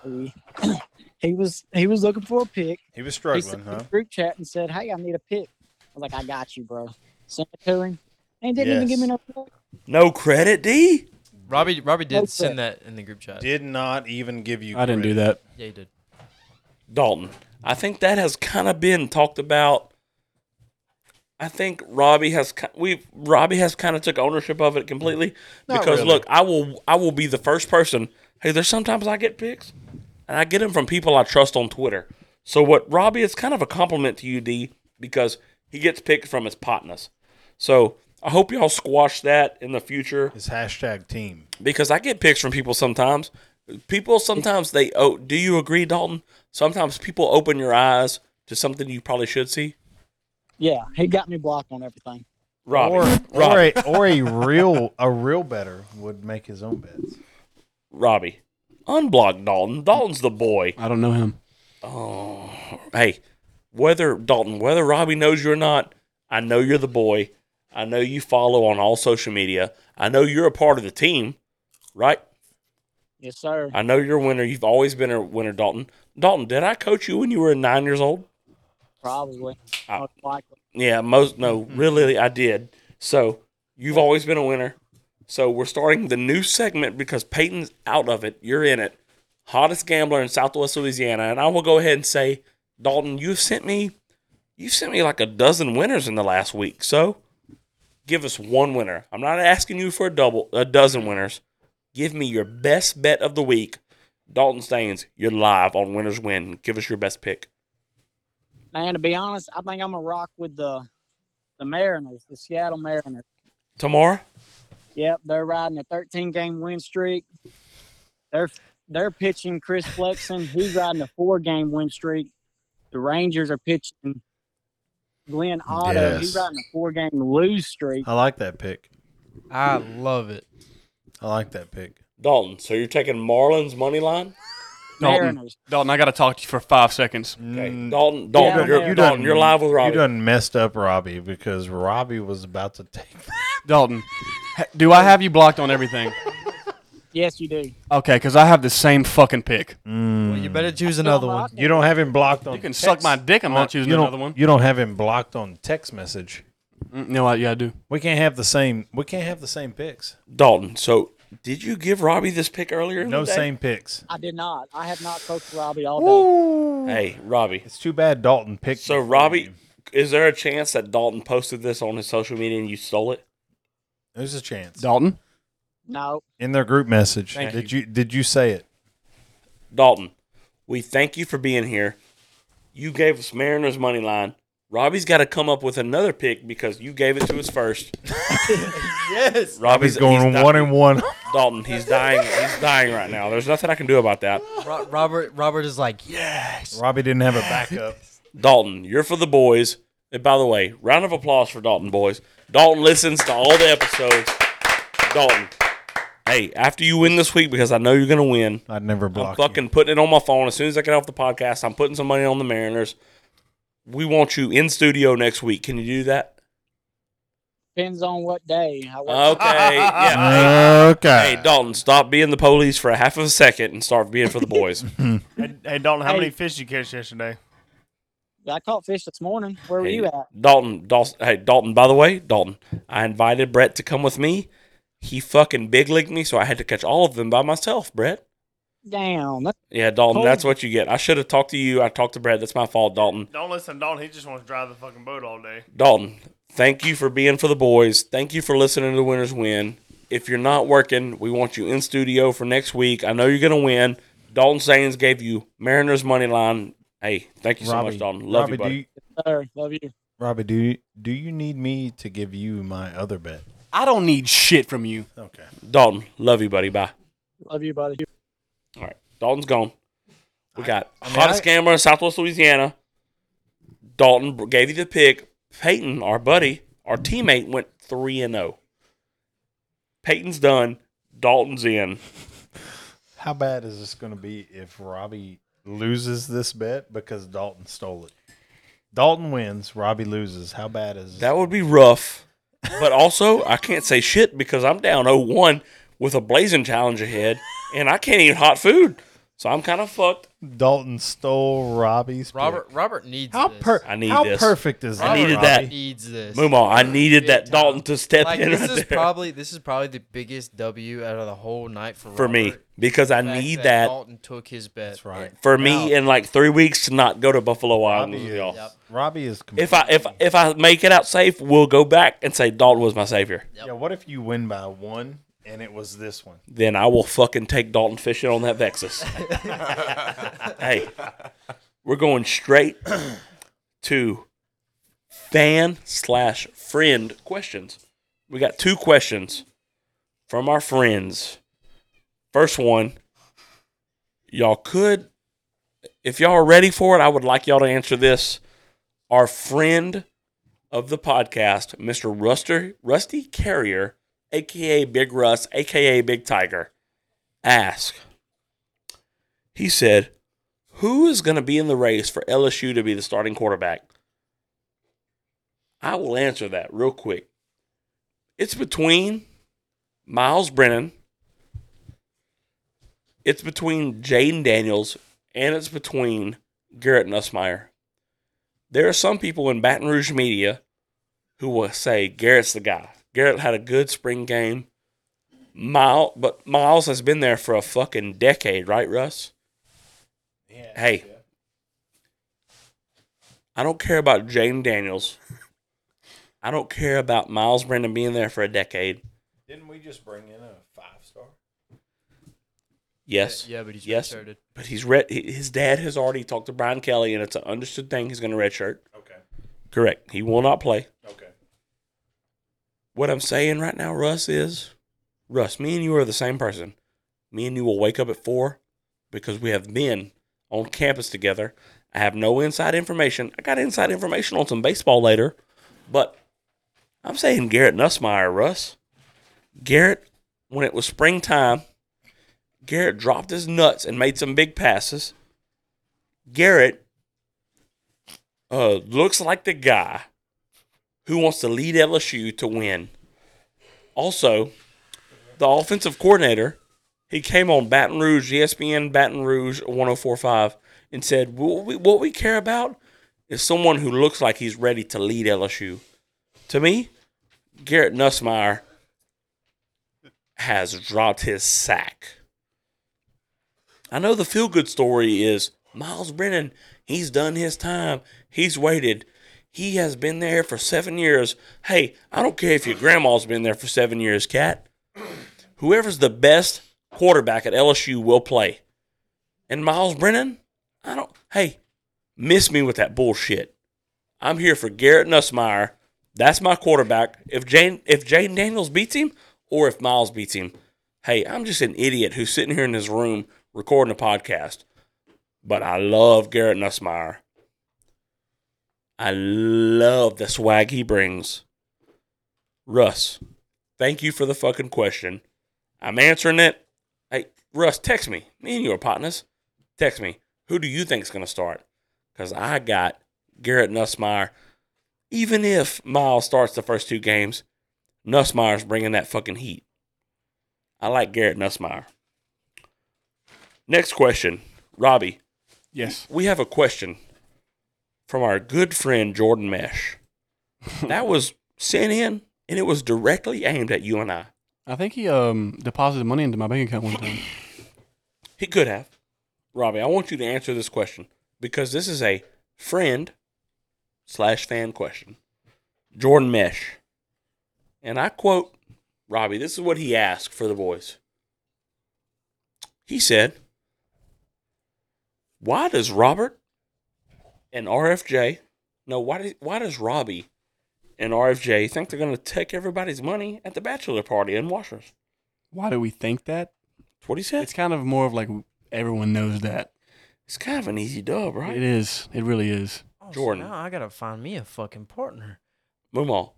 he, *clears throat* he was he was looking for a pick. *laughs* He was He struggling, sent *laughs* me huh? the group chat and said, "Hey, I need a pick." I was like, "I got you, bro." Sent it to him, and he didn't even give me no. pick. no credit, D. Robbie, Robbie did Okay. send that in the group chat. Did not even give you. I didn't do that. Yeah, he did. Dalton, I think that has kind of been talked about. I think Robbie has we Robbie has kind of took ownership of it completely Not because really. look, I will I will be the first person. Hey, there's sometimes I get picks, and I get them from people I trust on Twitter. So what Robbie, it's kind of a compliment to you, D, because He gets picked from his partners. So I hope y'all squash that in the future It's hashtag team. because I get picks from people sometimes. People sometimes they oh, do you agree, Dalton? Sometimes people open your eyes to something you probably should see. Yeah, he got me blocked on everything. Robbie, Or, or, Robbie, a, or a real a real better would make his own bets. Robbie, unblock Dalton. Dalton's the boy. I don't know him. Oh, hey, whether Dalton, whether Robbie knows you or not, I know you're the boy. I know you follow on all social media. I know you're a part of the team, right? Yes, sir. I know you're a winner. You've always been a winner, Dalton. Dalton, did I coach you when you were nine years old? Probably. I- Most likely. Yeah, most no, really, I did. So you've always been a winner. So we're starting the new segment because Peyton's out of it. You're in it. Hottest gambler in Southwest Louisiana, and I will go ahead and say, Dalton, you sent me, you sent me like a dozen winners in the last week. So give us one winner. I'm not asking you for a double, a dozen winners. Give me your best bet of the week. Dalton Staines, you're live on Winners Win. Give us your best pick. Man, to be honest, I think I'm gonna rock with the the Mariners, the Seattle Mariners. Tomorrow? Yep, they're riding a 13 game win streak. They're they're pitching Chris Flexen. He's riding a four game win streak. The Rangers are pitching Glenn Otto. He's Yes. riding a four game *laughs* lose streak. I like that pick. I love it. I like that pick. Dalton, so you're taking Marlins money line? Dalton. Mariners. Dalton, I got to talk to you for five seconds. Okay, Mm, Dalton, Dalton, Yeah, you're, man. you Dalton, you're live with Robbie. You done messed up Robbie because Robbie was about to take. Dalton, ha- do I have you blocked on everything? Yes, you do. Okay, because I have the same fucking pick. Well, you better choose another one. You don't have him blocked on. Uh, You can suck my dick. I'm not choosing Oh, you don't- another one. You don't have him blocked on text message. Mm, No, I, yeah, I do. We can't have the same. We can't have the same picks. Dalton, so did you give Robbie this pick earlier? in No the day? same picks. I did not. I have not coached Robbie all day. Hey, Robbie. It's too bad Dalton picked. So Robbie, is there a chance that Dalton posted this on his social media and you stole it? there's a chance Dalton, No, in their group message. Thank did you. did you say it? Dalton, we thank you for being here. You gave us Mariners money line. Robbie's got to come up with another pick because you gave it to us *laughs* first. yes. Robbie's He's going he's di- one *laughs* and one. Dalton, he's dying. He's dying right now. There's nothing I can do about that. Ro- Robert Robert is like, yeah. Robbie didn't have a backup. Dalton, you're for the boys. And by the way, round of applause for Dalton, boys. Dalton listens to all the episodes. Dalton, hey, after you win this week, because I know you're going to win, I'd never I'm block. you. fucking putting it on my phone. As soon as I get off the podcast, I'm putting some money on the Mariners. We want you in studio next week. Can you do that? depends on what day. *laughs* I work. Okay. Yeah. Okay. Hey, Dalton, stop being the police for a half of a second and start being for the boys. Hey, hey Dalton, how Hey. many fish you catch yesterday? I caught fish this morning. Where were Hey, you at? Dalton, Dalton, hey, Dalton, by the way, Dalton, I invited Brett to come with me. He fucking big leagued me, so I had to catch all of them by myself, Brett. Damn, that's Yeah, Dalton, Told that's you. what you get. I should have talked to you. I talked to Brett. That's my fault, Dalton. Don't listen, to Dalton. He just wants to drive the fucking boat all day. Dalton, thank you for being for the boys. Thank you for listening to Winners Win. If you're not working, we want you in studio for next week. I know you're going to win. Dalton Sains gave you Mariners money line. Hey, thank you so much, Dalton. Love Robbie, you, buddy. do you, better. Love you. Robbie, do you, do you need me to give you my other bet? I don't need shit from you. Okay. Dalton, love you, buddy. Bye. Love you, buddy. All right. Dalton's gone. We got I mean, hottest I- gambler in Southwest Louisiana. Dalton br- gave you the pick. Peyton, our buddy, our teammate, went three and zero. Peyton's done. Dalton's in. How bad is this going to be if Robbie loses this bet because Dalton stole it? Dalton wins, Robbie loses. How bad is That would be rough, but also I can't say shit because I'm down 0-1 with a blazing challenge ahead, and I can't eat hot food, so I'm kind of fucked. Dalton stole Robbie's pick. Robert Robert needs How this. per I need how this. perfect is that? Robert needed Robbie? that. Needs this. Moomaw, I needed Big that time. Dalton to *laughs* step Like in this right is there probably this is probably the biggest W out of the whole night for for me Robert. because I The fact need that. Dalton took his bet. That's right. for me in like three weeks to not go to Buffalo Wild Wings with y'all. Yep. Robbie is complete. If I if if I make it out safe, we'll go back and say Dalton was my savior. yeah, what if you win by one and it was this one? Then I will fucking take Dalton fishing on that Vexus. hey, we're going straight to fan slash friend questions. We got two questions from our friends. First one, y'all could, if y'all are ready for it, I would like y'all to answer this. Our friend of the podcast, Mr. Ruster, Rusty Carrier, aka Big Russ, aka Big Tiger, asked, he said, Who is going to be in the race for LSU to be the starting quarterback? I will answer that real quick. It's between Miles Brennan, it's between Jaden Daniels, and it's between Garrett Nussmeyer. There are some people in Baton Rouge media who will say Garrett's the guy. Garrett had a good spring game. Miles, but Miles has been there for a fucking decade, right, Russ? Yeah. Hey, I don't care about Jaden Daniels. I don't care about Miles Brennan being there for a decade. Didn't we just bring in a five star? Yes. Yeah, but he's yes, redshirted. But he's red. he- His dad has already talked to Brian Kelly, and it's an understood thing. He's going to redshirt. Okay. Correct. He will not play. Okay. What I'm saying right now, Russ, is Russ, me and you are the same person. Me and you will wake up at four because we have been on campus together. I have no inside information. I got inside information on some baseball later, but I'm saying Garrett Nussmeyer, Russ. Garrett, when it was springtime, Garrett dropped his nuts and made some big passes. Garrett uh, looks like the guy who wants to lead LSU to win. Also, the offensive coordinator, he came on Baton Rouge, E ESPN Baton Rouge 1045, and said, what we, what we care about is someone who looks like he's ready to lead LSU. To me, Garrett Nussmeyer has dropped his sack. I know the feel good story is Miles Brennan, he's done his time. He's waited. He has been there for seven years. Hey, I don't care if your grandma's been there for seven years, cat. Whoever's the best quarterback at LSU will play. And Miles Brennan, I don't, hey, miss me with that bullshit. I'm here for Garrett Nussmeyer. That's my quarterback. If Jane, if Jaden Daniels beats him or if Miles beats him, hey, I'm just an idiot who's sitting here in his room recording a podcast. But I love Garrett Nussmeyer. I love the swag he brings. Russ, thank you for the fucking question. I'm answering it. Hey, Russ, text me. Me and you are partners. Text me. Who do you think's going to start? Because I got Garrett Nussmeyer. Even if Miles starts the first two games, Nussmeyer's bringing that fucking heat. I like Garrett Nussmeyer. Next question, Robbie. Yes. We have a question from our good friend Jordan Mesh. that was sent in, and it was directly aimed at you and I. I think he um deposited money into my bank account one time. He could have. Robbie, I want you to answer this question because this is a friend slash fan question. Jordan Mesh. And I quote Robbie, this is what he asked for the boys. He said, Why does Robert and RFJ, no, why, do, why does Robbie and RFJ think they're going to take everybody's money at the bachelor party in Washers? Why do we think that? That's what he said. It's kind of more of like everyone knows that. It's kind of an easy dub, right? It is. It really is. Oh, so Jordan. now I gotta find me a fucking partner. Moomaw,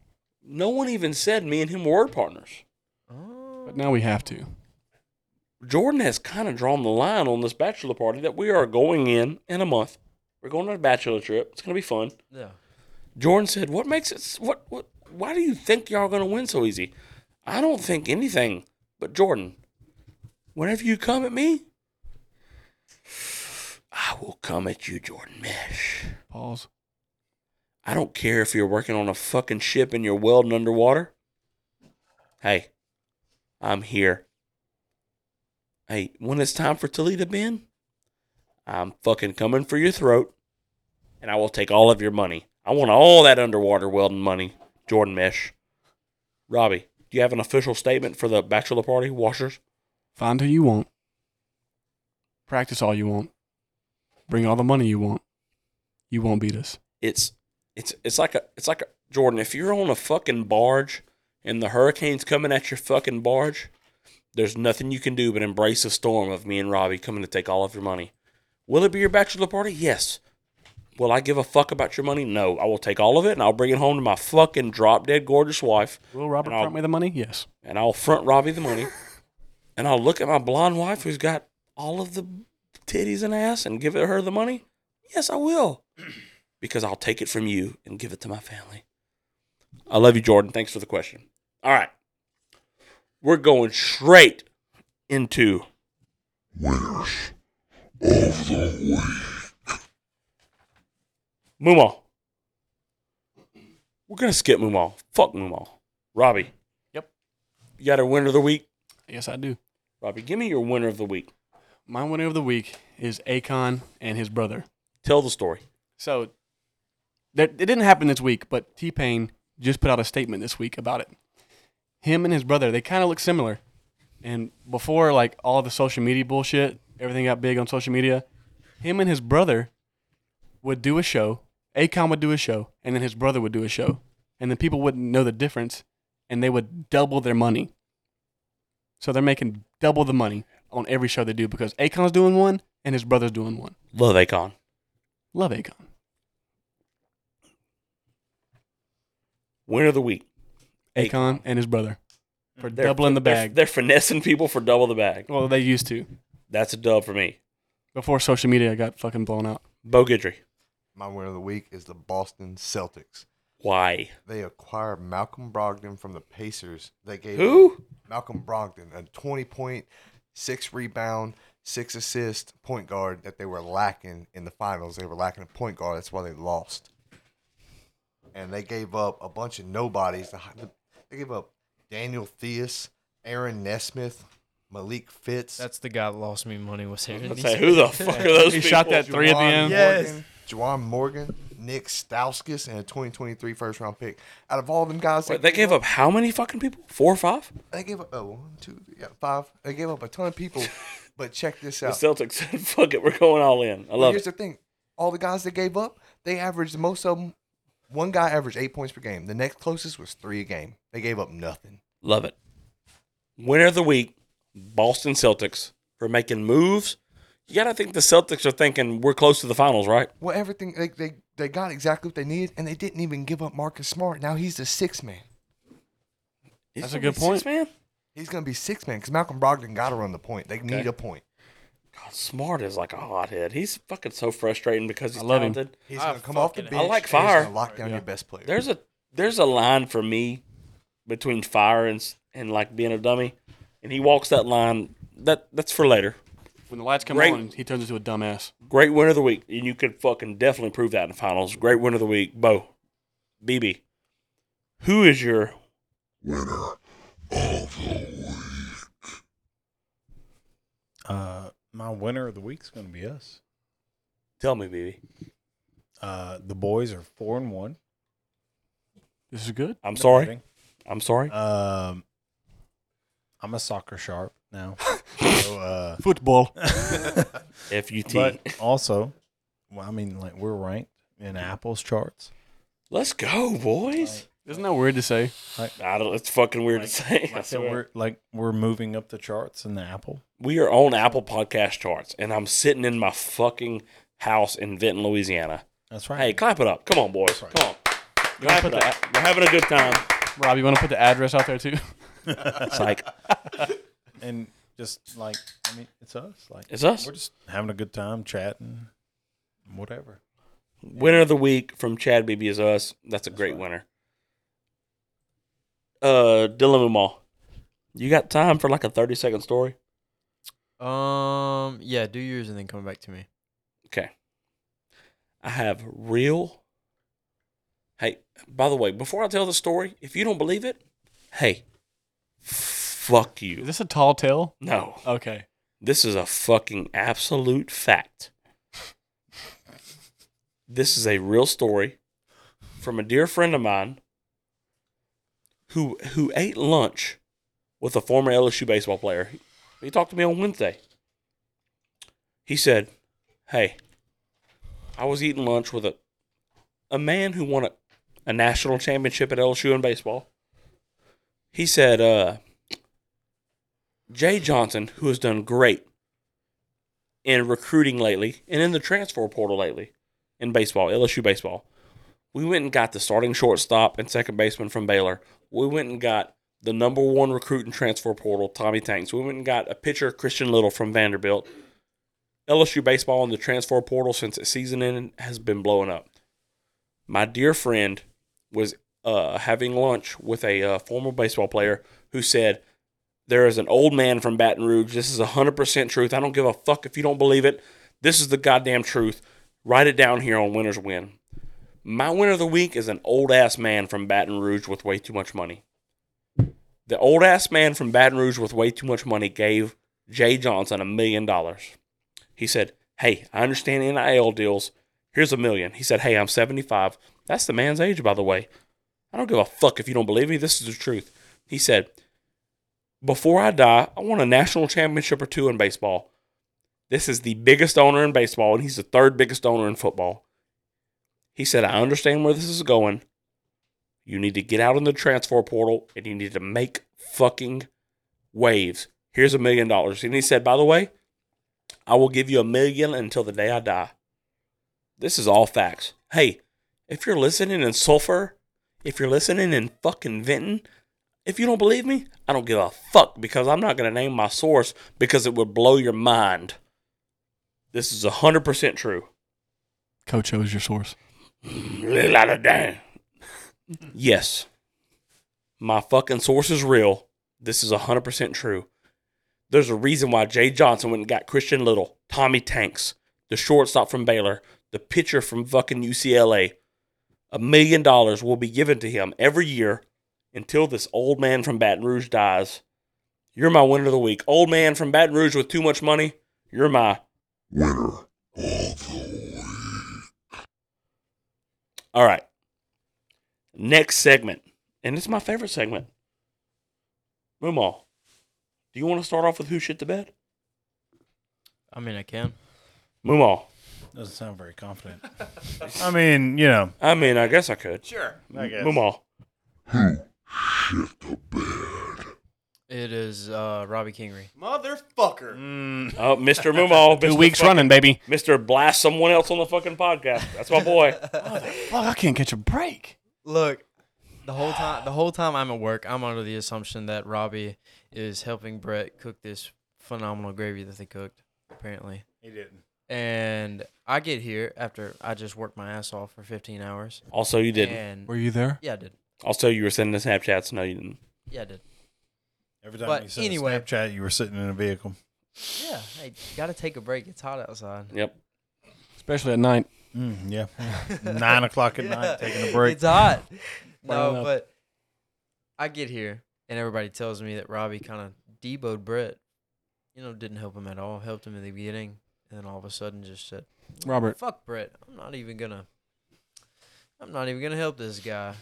no one even said me and him were word partners. Oh. But now we have to. Jordan has kind of drawn the line on this bachelor party that we are going in in a month. We're going on a bachelor trip. It's going to be fun. Yeah. Jordan said, "What makes it? s- What? What? Why do you think y'all going to win so easy? I don't think anything. But Jordan, whenever you come at me, I will come at you, Jordan Mesh." Pause. I don't care if you're working on a fucking ship and you're welding underwater. Hey, I'm here. Hey, when it's time for Toledo Ben, I'm fucking coming for your throat and I will take all of your money. I want all that underwater welding money, Jordan Mesh. Robbie, do you have an official statement for the bachelor party washers? Find who you want. Practice all you want. Bring all the money you want. You won't beat us. It's It's it's like a it's like a Jordan. If you're on a fucking barge and the hurricane's coming at your fucking barge, there's nothing you can do but embrace the storm of me and Robbie coming to take all of your money. Will it be your bachelor party? Yes. Will I give a fuck about your money? No. I will take all of it and I'll bring it home to my fucking drop dead gorgeous wife Will Robert And I'll- front me the money? Yes. and I'll front Robbie the money, and I'll look at my blonde wife who's got all of the titties and ass and give it her the money? Yes, I will. Because I'll take it from you and give it to my family. I love you, Jordan. Thanks for the question. All right. We're going straight into Winners of the week. Moomaw. We're going to skip Moomaw. Fuck Moomaw. Robbie. Yep. You got a winner of the week? Yes, I do. Robbie, give me your winner of the week. My winner of the week is Akon and his brother. Tell the story. So that it didn't happen this week, but T Pain just put out a statement this week about it. Him and his brother, they kind of look similar. And before like all the social media bullshit, everything got big on social media. Him and his brother would do a show. Akon would do a show, and then his brother would do a show, and then people wouldn't know the difference, and they would double their money. So they're making double the money on every show they do because Akon's doing one and his brother's doing one. Love Akon. Love Akon. Winner of the week. Akon and his brother for They're- doubling the they're- bag. They're, finessing people for double the bag. well, they used to That's a dub for me. before social media got fucking blown out. Bo Guidry. My winner of the week is the Boston Celtics. Why? They acquired Malcolm Brogdon from the Pacers. They gave Who? Malcolm Brogdon a 20 point, six rebound, six assist point guard that they were lacking in the finals. They were lacking a point guard. That's why they lost. And they gave up a bunch of nobodies. The hi- the- They gave up Daniel Theus, Aaron Nesmith, Malik Fitz. That's the guy that lost me money was here. Let's say, who *laughs* the fuck are those He people? shot that three at the Juwan end. Yes. Morgan, Juwan Morgan, Nick Stauskas, and a 2023 first round pick. Out of all them guys, Wait, they gave up how many fucking people? Four or five? They gave up oh, one, two, three, yeah, five. They gave up a ton of people. but check this The out. Celtics said, *laughs* fuck it, we're going all in. I But love here's it. the thing: all the guys that gave up, they averaged most of them. One guy averaged eight points per game. The next closest was three a game. They gave up nothing. Love it. Winner of the week, Boston Celtics for making moves. You got to think the Celtics are thinking we're close to the finals, right? Well, everything they, they they got exactly what they needed, and they didn't even give up Marcus Smart. Now he's the sixth man. It's That's a gonna good be six, point. man. He's gonna be sixth man because Malcolm Brogdon got to run the point. They need a point. God, Smart is like a hothead. He's fucking so frustrating because he's I love him. talented. He's I gonna come off the fucking- bench. I like and he's gonna fire. Lock down Yeah. your best player. There's a there's a line for me between fire and s- and like being a dummy, and he walks that line. That that's for later. When the lights come Great. on, he turns into a dumbass. Great win of the week, and you could fucking definitely prove that in the finals. Great win of the week, Bo, BB. Who is your Winner of the week. Uh, my winner of the week's going to be us. tell me, BB? Uh, the boys are four and one. This is good. I'm sorry. I'm sorry. Um, I'm a soccer sharp *laughs* now. so, uh, Football. F U T. but also, well, I mean, like we're ranked in Apple's charts. Let's go, boys. Isn't that weird to say? I don't. It's fucking weird to say. *laughs* I Like, so swear. we're like we're moving up the charts in the Apple. we are on Apple Podcast charts, and I'm sitting in my fucking house in Vinton, Louisiana. That's right. Hey, clap it up. Come on, boys. Sorry. Come on. You wanna Clap put it the, up. We're having a good time. Rob, you want to put the address out there too? It's like, and just like I mean, it's us. Like it's us. we're just having a good time chatting, whatever. Winner of the week from Chad BB is us. That's a great winner. Uh, Dylan Umal, you got time for like a 30 second story? Um, yeah, do yours and then come back to me. Okay. I have real. Hey, by the way, before I tell the story, if you don't believe it, hey, fuck *laughs* Is you. this a tall tale? No. Okay. This is a fucking absolute fact. This is a real story from a dear friend of mine who who ate lunch with a former LSU baseball player. He talked to me on Wednesday. He said, "Hey, I was eating lunch with a a man who won a, a national championship at LSU in baseball. He said, uh, Jay Johnson, who has done great in recruiting lately and in the transfer portal lately in baseball, LSU baseball. We went and got the starting shortstop and second baseman from Baylor. We went and got the number one recruit in transfer portal, Tommy Tanks. We went and got a pitcher, Christian Little from Vanderbilt. LSU baseball in the transfer portal since its season end has been blowing up. My dear friend was uh, having lunch with a uh, former baseball player who said, There is an old man from Baton Rouge. This is 100% truth. I don't give a fuck if you don't believe it. This is the goddamn truth. Write it down here on Winner's Win. My winner of the week is an old ass man from Baton Rouge with way too much money. The old ass man from Baton Rouge with way too much money gave Jay Johnson a million dollars. He said, Hey, I understand NIL deals. Here's a million. He said, Hey, I'm 75. That's the man's age, by the way. I don't give a fuck if you don't believe me. This is the truth. He said, Before I die, I want a national championship or two in baseball. This is the biggest owner in baseball, and he's the third biggest owner in football. He said, I understand where this is going. You need to get out in the transfer portal and you need to make fucking waves. Here's a million dollars. And he said, By the way, I will give you a million until the day I die. This is all facts. Hey, if you're listening in Sulphur, if you're listening in fucking Vinton, if you don't believe me, I don't give a fuck because I'm not going to name my source because it would blow your mind. This is 100% true. Coach O's your source. yes. My fucking source is real. This is 100% true. There's a reason why Jay Johnson went and got Christian Little, Tommy Tanks, the shortstop from Baylor, the pitcher from fucking UCLA. A million dollars will be given to him every year until this old man from Baton Rouge dies. You're my winner of the week. Old man from Baton Rouge with too much money, you're my. Winner of the week. All right. Next segment. And it's my favorite segment. Moomaw, do you want to start off with who shit the bed? I mean, I can. Moomaw. Doesn't sound very confident. I mean, you know, I mean, I guess I could. Sure. I guess. Moomaw. Who shit the bed? It is uh, Robbie Kingery. Motherfucker. Mm, Oh, Mr. Moomaw. *laughs* Two Mr. weeks fucking- running, baby. Mr. Blast someone else on the fucking podcast. That's my *laughs* boy. Fuck, I can't catch a break. Look, the whole time the whole time I'm at work, I'm under the assumption that Robbie is helping Brett cook this phenomenal gravy that they cooked, apparently. he didn't. And I get here after I just worked my ass off for 15 hours. Also, you didn't. And Were you there? yeah, I did. Also, you were sending the Snapchats. No, you didn't. Yeah, I did. Every time But you sent anyway. a Snapchat, you were sitting in a vehicle. Yeah, hey, gotta take a break. It's hot outside. Yep. Especially at night. Mm, yeah, nine o'clock *laughs* at night, taking a break. It's hot. Burning no, up. but I get here and everybody tells me that Robbie kind of deboed Brett. You know, didn't help him at all. Helped him in the beginning, and then all of a sudden just said, Robert, "Fuck Brett. I'm not even gonna. I'm not even gonna help this guy."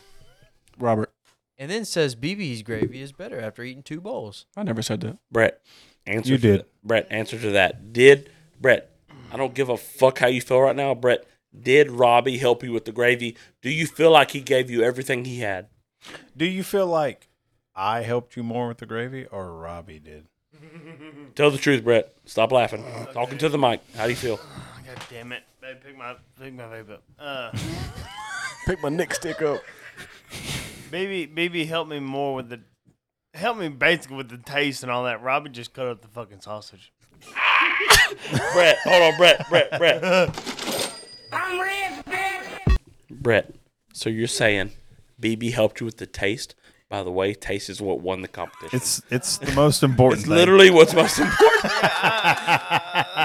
Robert. And then says BB's gravy is better after eating two bowls. I never said that. Brett, answer. You to did. th- Brett, answer to that. Did Brett? I don't give a fuck how you feel right now, Brett. Did Robbie help you with the gravy? Do you feel like he gave you everything he had? Do you feel like I helped you more with the gravy, or Robbie did? Tell the truth, Brett. Stop laughing. Talking to the mic. How do you feel? God damn it. Babe, pick my pick my vape up. Uh *laughs* Pick my neck stick up. BB BB helped me more with the help me basically with the taste and all that. Robbie just cut up the fucking sausage. Brett, hold on, Brett, Brett, Brett. I'm rich, Brett, so you're saying BB helped you with the taste? By the way, taste is what won the competition. It's it's the most important. It's thing. literally what's most important.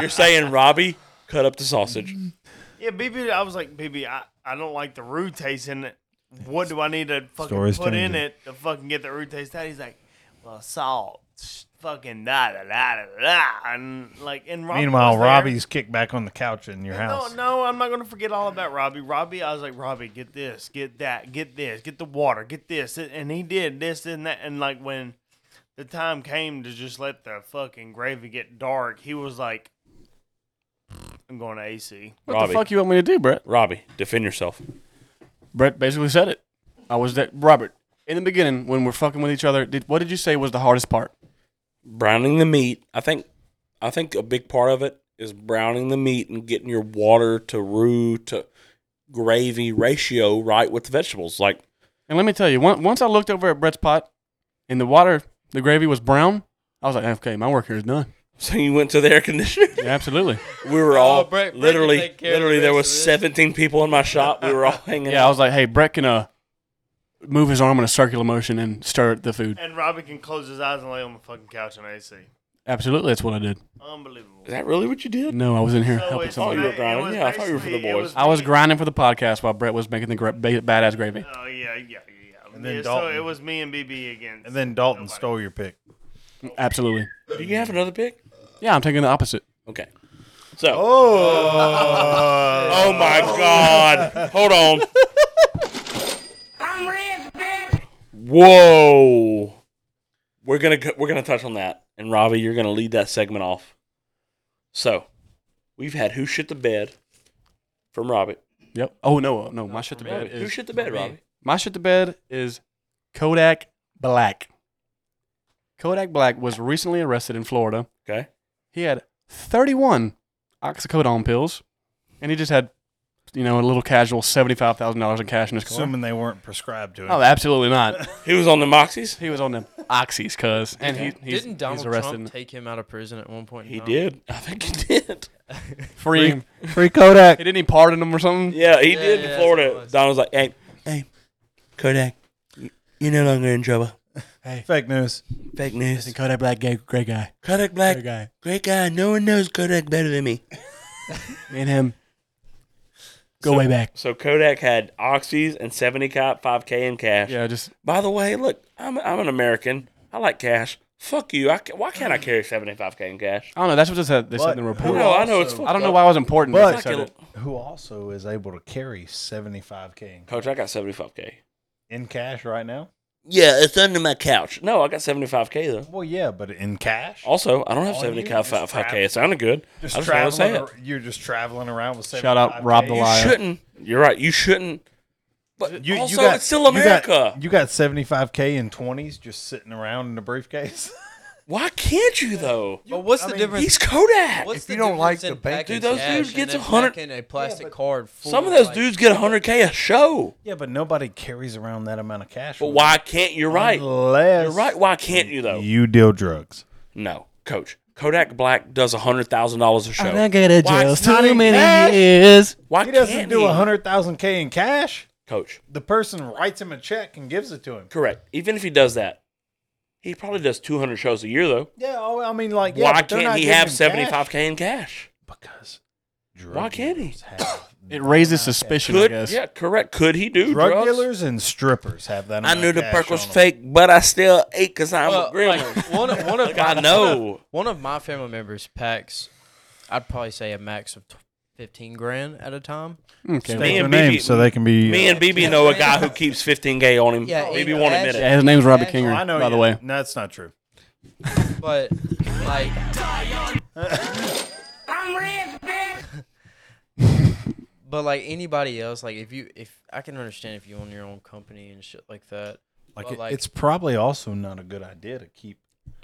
You're saying Robbie cut up the sausage. Yeah, BB I was like, BB, I, I don't like the roux taste in it. What do I need to fucking Story's put in changing. it to fucking get the roux taste out? He's like, Well salt. Fucking da da da da da and like and Robbie Meanwhile, was there. Robbie's kicked back on the couch in your house. No, no, I'm not gonna forget all about Robbie. Robbie, I was like, Robbie, get this, get that, get this, get the water, get this, and he did this and that, and like when the time came to just let the fucking gravy get dark, he was like, "I'm going to AC." What Robbie. the fuck you want me to do, Brett? Robbie, defend yourself. Brett basically said it. I was that Robert in the beginning when we're fucking with each other. Did what did you say was the hardest part? browning the meat. I think I think a big part of it is browning the meat and getting your water to roux to gravy ratio right with the vegetables. Like *laughs* And let me tell you, on- once I looked over at Brett's pot, and the water, the gravy was brown. I was like, okay, my work here *laughs* is done. so you went to the air conditioner. Yeah, absolutely. *laughs* We were all Oh, Brett- Brett can literally take care of the literally there rest was of this. 17 people in my shop. We were *laughs* all hanging Yeah, I out. was like, hey, Brett can uh, move his arm in a circular motion and stir the food. And Robbie can close his eyes and lay on the fucking couch in AC. Absolutely, that's what I did. Unbelievable. Is that really what you did? No, I was in here So helping it's Oh, somebody. you were ba- it grinding. was Yeah, I thought you were for the basically- it boys. was I was me- grinding for the podcast while Brett was making the gra- ba- badass gravy. Oh yeah, yeah, yeah. And then then so Dalton. it was me and BB again. And then Dalton Nobody. stole your pick. Absolutely. Do you have another pick? Yeah, I'm taking the opposite. Okay. So Oh, *laughs* Oh my God! Hold on. I'm rich, bitch. Whoa. We're gonna go- we're gonna touch on that, and Robbie, you're gonna lead that segment off. So, we've had who shit the bed from Robbie. Yep. Oh no, no, my shit the Brett bed. is- Who shit the bed, me. Robbie? My shit the bed is Kodak Black. Kodak Black was recently arrested in Florida. Okay. He had 31 oxycodone pills, and he just had, you know, a little casual $75,000 in cash in his car. assuming they weren't prescribed to him. Oh, absolutely not. He was on the Moxies. *laughs* He was on the oxys, cuz. And he, he's, Didn't Donald he's arrested. Trump take him out of prison at one point? in He time? did. I think he did. free. He *laughs* Free Kodak. didn't he pardon him or something? Yeah, he Yeah, did yeah, in that's what it Florida. was. Don was like, "Hey, hey, Kodak, y- you're no longer in *laughs* trouble. Fake news. Fake news. Kodak Black, gay, great guy. Kodak Black, guy. great guy. No one knows Kodak better than me." *laughs* Me and him. Go way back. So Kodak had oxys and 70 cop 5k in cash. Yeah, just By the way, look, I'm I'm an American. I like cash. Fuck you. I ca- why can't I carry 75k in cash? I don't know. That's what they said. They said in the But- I report. know, I know it's also- fucked I don't know up. why it was important. But- they said it. Who also is able to carry 75K Coach, I got 75k. in cash right now? Yeah, it's under my couch. No, I got 75k though. Well, yeah, but in cash? Also, I don't have Oh, 75k. you just It sounded good. I just want to say it. ar- You're just traveling around with 75K. Shout out Rob the You Lion. sh- Shouldn't. You're right. You shouldn't. But You, you also, got- it's still America. You got, you got 75K in 20s just sitting around in *laughs* a briefcase. why can't you though? But what's the mean, difference? He's Kodak. What's If the you don't like difference in the bank- packing Dude, those cash dudes and gets then 100 packing a plastic card. Full Some of those like- dudes get 100k a show. yeah, but nobody carries around that amount of cash. But with why can't you? them Right. Unless You're right. Why can't you though? you deal drugs. No, coach. Kodak Black does hundred thousand dollars a show. out Why it's not in cash? many years. Why He can't doesn't do he? 100,000K in cash. Coach, The person writes him a check and gives it to him. correct. Even if he does that, he probably does two hundred shows a year though. Yeah, oh, I mean, like, yeah, Why but they're can't not he giving have him seventy cash. five k in cash? Because drug Why can't he? dealers have *clears throat* It that raises amount of suspicion, I Could guess. yeah, correct. Could he do cash. Drug drugs? dealers and strippers have that. I amount knew of the cash perk on was them. fake, but I still ate because I'm Well, a gremlin. *laughs* like, one of one of Like, I know. One of my family members packs. I'd probably say a max of tw- fifteen grand at a time. Okay. Me Their and names BB so they can be. uh, Me and BB know a guy who keeps fifteen k on him. Yeah, Yeah, he BB won't admit it. yeah, his name's Robbie Actually, Kinger, Oh, I know. by the yeah. way. no, that's not true. But like, *laughs* but like anybody else, like if you if I can understand if you own your own company and shit like that. Like, But, it- like- it's probably also not a good idea to keep.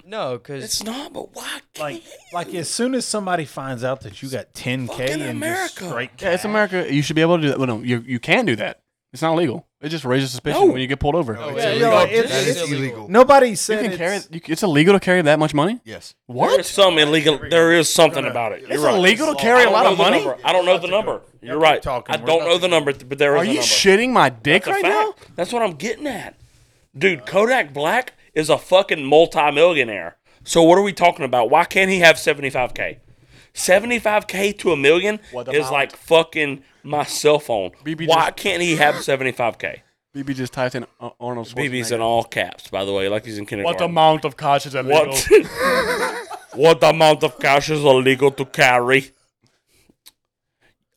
No, because It's not, but why? Like, Can't like as soon as somebody finds out that you got 10k Fucking in America. just straight Yeah, it's cash- America. You should be able to do that. Well, no, you, you can do that. It's not illegal. It just raises suspicion No. when you get pulled over. No, Oh, it's yeah, illegal. no, That it's- is it's illegal. illegal. Nobody You said can carry it's- it. You, c- it's illegal to carry that much money? Yes. There is some illegal. There is something about it. It's You're right. illegal to I carry a don't lot know of the money? number. I don't know the number. You're right. talking. I We're don't about know to the number, but there is. Are a you number. shitting my dick That's a right now? fact. That's what I'm getting at, dude. Kodak Black is a fucking multi-millionaire. So what are we talking about? Why can't he have 75k? 75k to a million What is about- like fucking my cell phone. BB Why just- can't he have 75k? BB just typed in uh, Arnold Schwarzenegger. BB's in all caps, by the way, like he's in kindergarten. amount of cash is What? *laughs* what amount of cash is illegal to carry?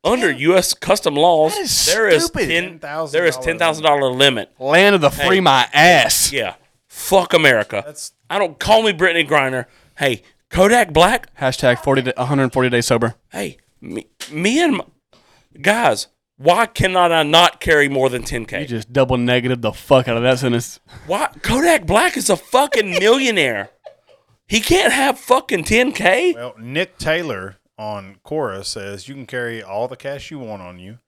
Under U.S. custom laws, That is there is stupid. ten $10,000 there is ten thousand dollar limit. *laughs* Land of the free, my ass. Yeah, fuck America. That's- I don't call me Brittany Griner. Hey, Kodak Black. Hashtag 40 to 140 days sober. Hey, me, me and my, guys, Why cannot I not carry more than 10K? You just double negative the fuck out of that sentence. Why Kodak Black is a fucking millionaire. He can't have fucking 10K. Well, Nick Taylor on Cora says you can carry all the cash you want on you.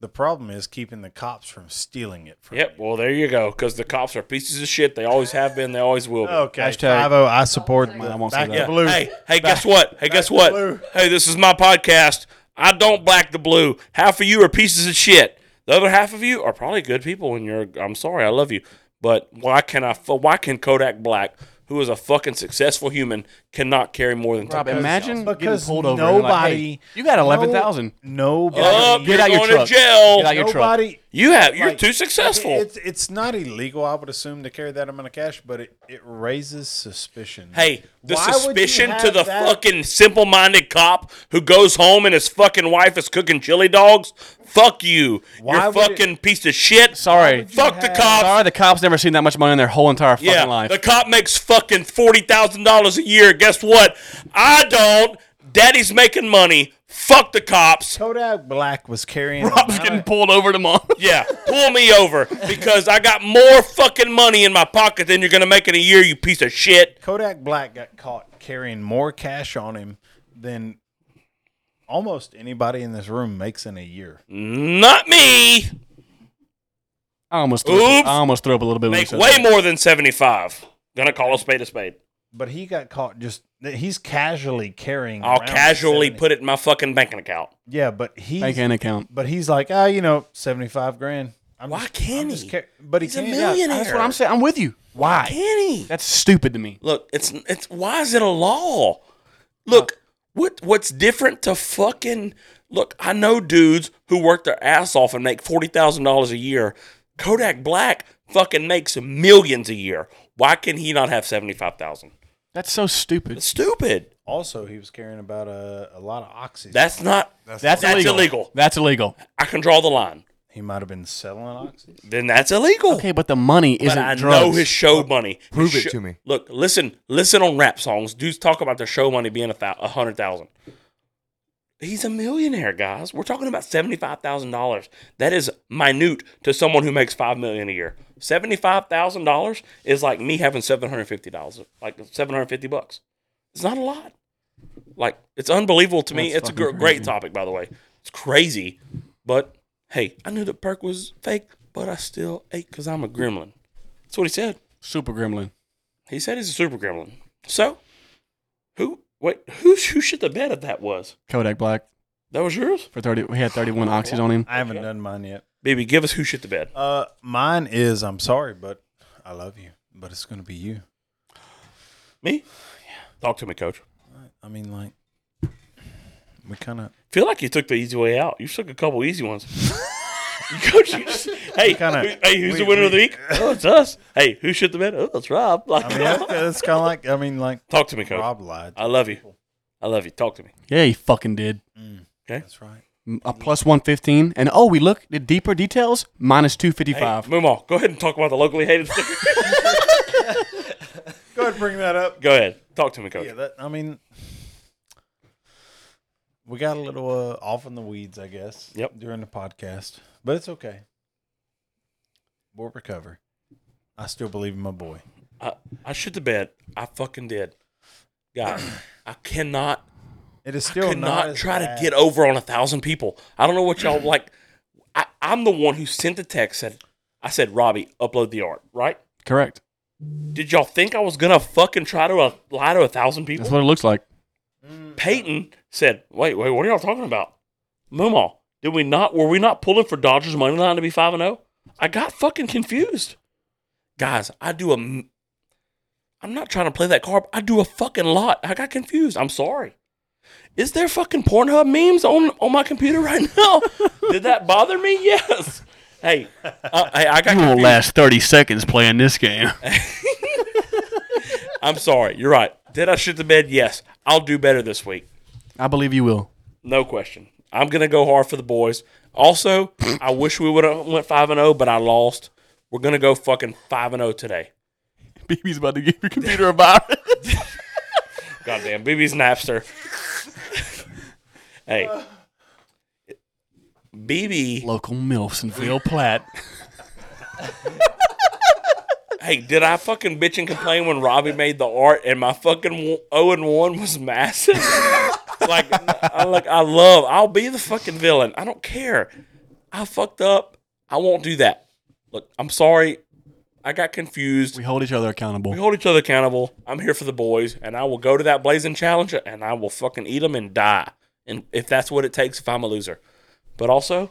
The problem is keeping the cops from stealing it from Yep, well, there you go. Because the cops are pieces of shit. They always have been. They always will you. be. Okay, Hashtag- Hashtag, 5 I support the I won't say back that. to blue. Hey, hey, guess what? Hey, guess what? blue. Hey, this is my podcast. I don't black the blue. Half of you are pieces of shit. The other half of you are probably good people, and you're. I'm sorry, I love you, but why can I? fu- Why can Kodak Black, who is a fucking successful human, cannot carry more than? Rob, 10K? imagine getting because pulled over. and they're like, hey, nobody- you got eleven thousand. Nobody. Up, Get out you're your going to truck. jail. Get out your truck. nobody. You have. You're like, too successful. It's it's not illegal, I would assume, to carry that amount of cash, but it, it raises suspicion. Hey, the Why would you suspicion to have the that- fucking simple minded cop who goes home and his fucking wife is cooking chili dogs. Fuck you. Why You're would it- fucking piece of shit. Sorry. Fuck the have- cops. Sorry, the cops never seen that much money in their whole entire fucking yeah. life. The cop makes fucking $40,000 a year. Guess what? I don't. Daddy's making money. Fuck the cops. Kodak Black was carrying. Rob's getting pulled over tomorrow. Yeah, pull me over because I got more fucking money in my pocket than you're going to make in a year, you piece of shit. Kodak Black got caught carrying more cash on him than almost anybody in this room makes in a year. Not me. *laughs* I almost threw up, Oops. I almost threw up a little bit. when Make you said way that. more than 75. Gonna call a spade a spade. But he got caught just. He's casually carrying. I'll around casually 70 put it in my fucking banking account. Yeah, but he. Make an account. But he's like, ah, you know, seventy-five grand. I'm Why just- can't I'm he? just car- but he He's a can't. millionaire. That's what I'm saying. I'm with you. Why? Kenny. That's stupid to me. Look, it's it's why is it a law? Look, what what's different to fucking look? I know dudes who work their ass off and make forty thousand dollars a year. Kodak Black fucking makes millions a year. Why can he not have seventy five thousand? That's so stupid. It's stupid. Also, he was carrying about a, a lot of oxys. That's not. That's, That's illegal. illegal. That's illegal. I can draw the line. he might have been *laughs* selling oxys. Then that's illegal. Okay, but the money But isn't I drugs. know his show money. His prove it sho- to me. Look, listen, listen on rap songs. Dudes talk about their show money being a, thou- a hundred thousand. He's a millionaire, guys. We're talking about seventy-five thousand dollars. That is minute to someone who makes five million a year. Seventy-five thousand dollars is like me having seven hundred fifty dollars, like seven hundred fifty bucks. It's not a lot. Like it's unbelievable to me. That's it's a fucking gr- great crazy. topic, by the way. It's crazy, but hey, I knew the perk was fake, but I still ate because I'm a gremlin. That's what he said. Super gremlin. He said he's a super gremlin. So, who? Wait, who? Who should the bet of that was? Kodak Black That was yours, for thirty. He had thirty-one oxys on him. I haven't done mine yet. baby. Give us who shit the bed. Uh, mine is. I'm sorry, but I love you, but it's gonna be you. Me? Yeah. Talk to me, coach. I mean, like, we kind of Feel like you took the easy way out. You took a couple easy ones. *laughs* coach, you *laughs* just, hey, Kinda- who- hey, who's the we- winner of the we- week? Oh, it's us. Hey, who shit the bed? Oh, it's Rob. Like, *laughs* I mean, that's, kind of like. I mean, like talk to me, coach. Rob lied. I love you. I love you. Talk to me. Yeah, he fucking did. That's right. A plus one fifteen, and oh, we look the deeper details minus two Hey, fifty-five. Moomaw, go ahead and talk about the locally hated. *laughs* thing. Go ahead, and bring that up. go ahead. Talk to me, coach. Yeah, that. I mean, we got a little uh, off in the weeds, I guess. Yep. During the podcast, but it's okay. We'll recover. I still believe in my boy. I, I shit the bed. I fucking did. God, I cannot It is still could not, not, as try bad. to get over on a thousand people. I don't know what y'all like. I, I'm the one who sent the text said I said, Robbie, upload the art, right? Correct. Did y'all think I was gonna fucking try to uh, lie to a thousand That's people? what it looks like. Peyton said, Wait, wait, what are y'all talking about? Moomaw, did we not were we not pulling for Dodgers money line to be five and zero? I got fucking confused, guys. I do a. m- I'm not trying to play that card. but I do a fucking lot. I got confused. I'm sorry. Is there fucking Pornhub memes on on my computer right *laughs* now? did that bother me? Yes. Hey, uh, hey, I got. confused. thirty seconds playing *laughs* this game. I'm sorry. You're right. Did I shit the bed? Yes. I'll do better this week. I believe you will. No question. I'm gonna go hard for the boys. Also, I wish we would have went five and zero, but I lost. We're gonna go fucking five and zero today. BB's about to give your computer a virus. Goddamn, *laughs* BB's Napster. hey, BB. *laughs* Local MILFs in Ville Platte. Hey, did I fucking bitch and complain when Robbie made the art and my fucking zero and one was massive? *laughs* like, I like I love. I'll be the fucking villain. I don't care. I fucked up. I won't do that. Look, I'm sorry. I got confused. We hold each other accountable. We hold each other accountable. I'm here for the boys, and I will go to that blazing challenge, and I will fucking eat them and die, and if that's what it takes, if I'm a loser. But also,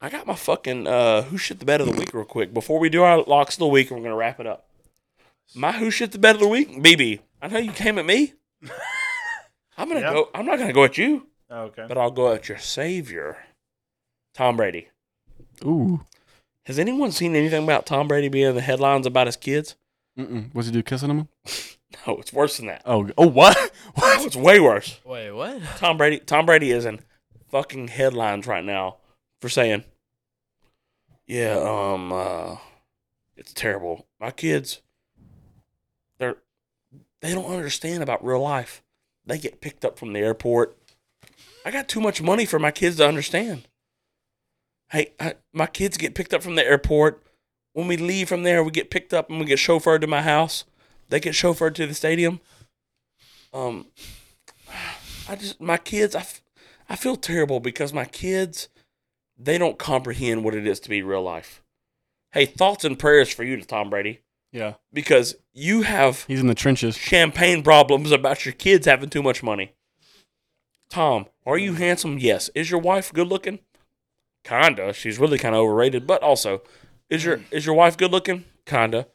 I got my fucking uh, who shit the bed of the week real quick before we do our locks of the week, and we're gonna wrap it up. My who shit the bed of the week, BB. I know you came at me. I'm gonna Yeah. go. I'm not gonna go at you, Oh, Okay. but I'll go at your savior, Tom Brady. Ooh. Has anyone seen anything about Tom Brady being in the headlines about his kids? Mm-mm. What's he do? Kissing him? No, it's worse than that. Oh, oh, what? *laughs* Oh, it's way worse. Wait, what? Tom Brady. Tom Brady is in fucking headlines right now for saying, "Yeah, um, uh, it's terrible. My kids, they're they don't understand about real life. They get picked up from the airport. I got too much money for my kids to understand. Hey, I, my kids get picked up from the airport. When we leave from there, we get picked up and we get chauffeured to my house. They get chauffeured to the stadium. Um, I just my kids. I, f- I feel terrible because my kids, they don't comprehend what it is to be real life. Hey, thoughts and prayers for you to Tom Brady Yeah. because you have He's in the trenches. champagne problems about your kids having too much money. Tom, are you handsome? Yes. Is your wife good looking? Kinda. She's really kind of overrated, but also, is your is your wife good looking? Kinda.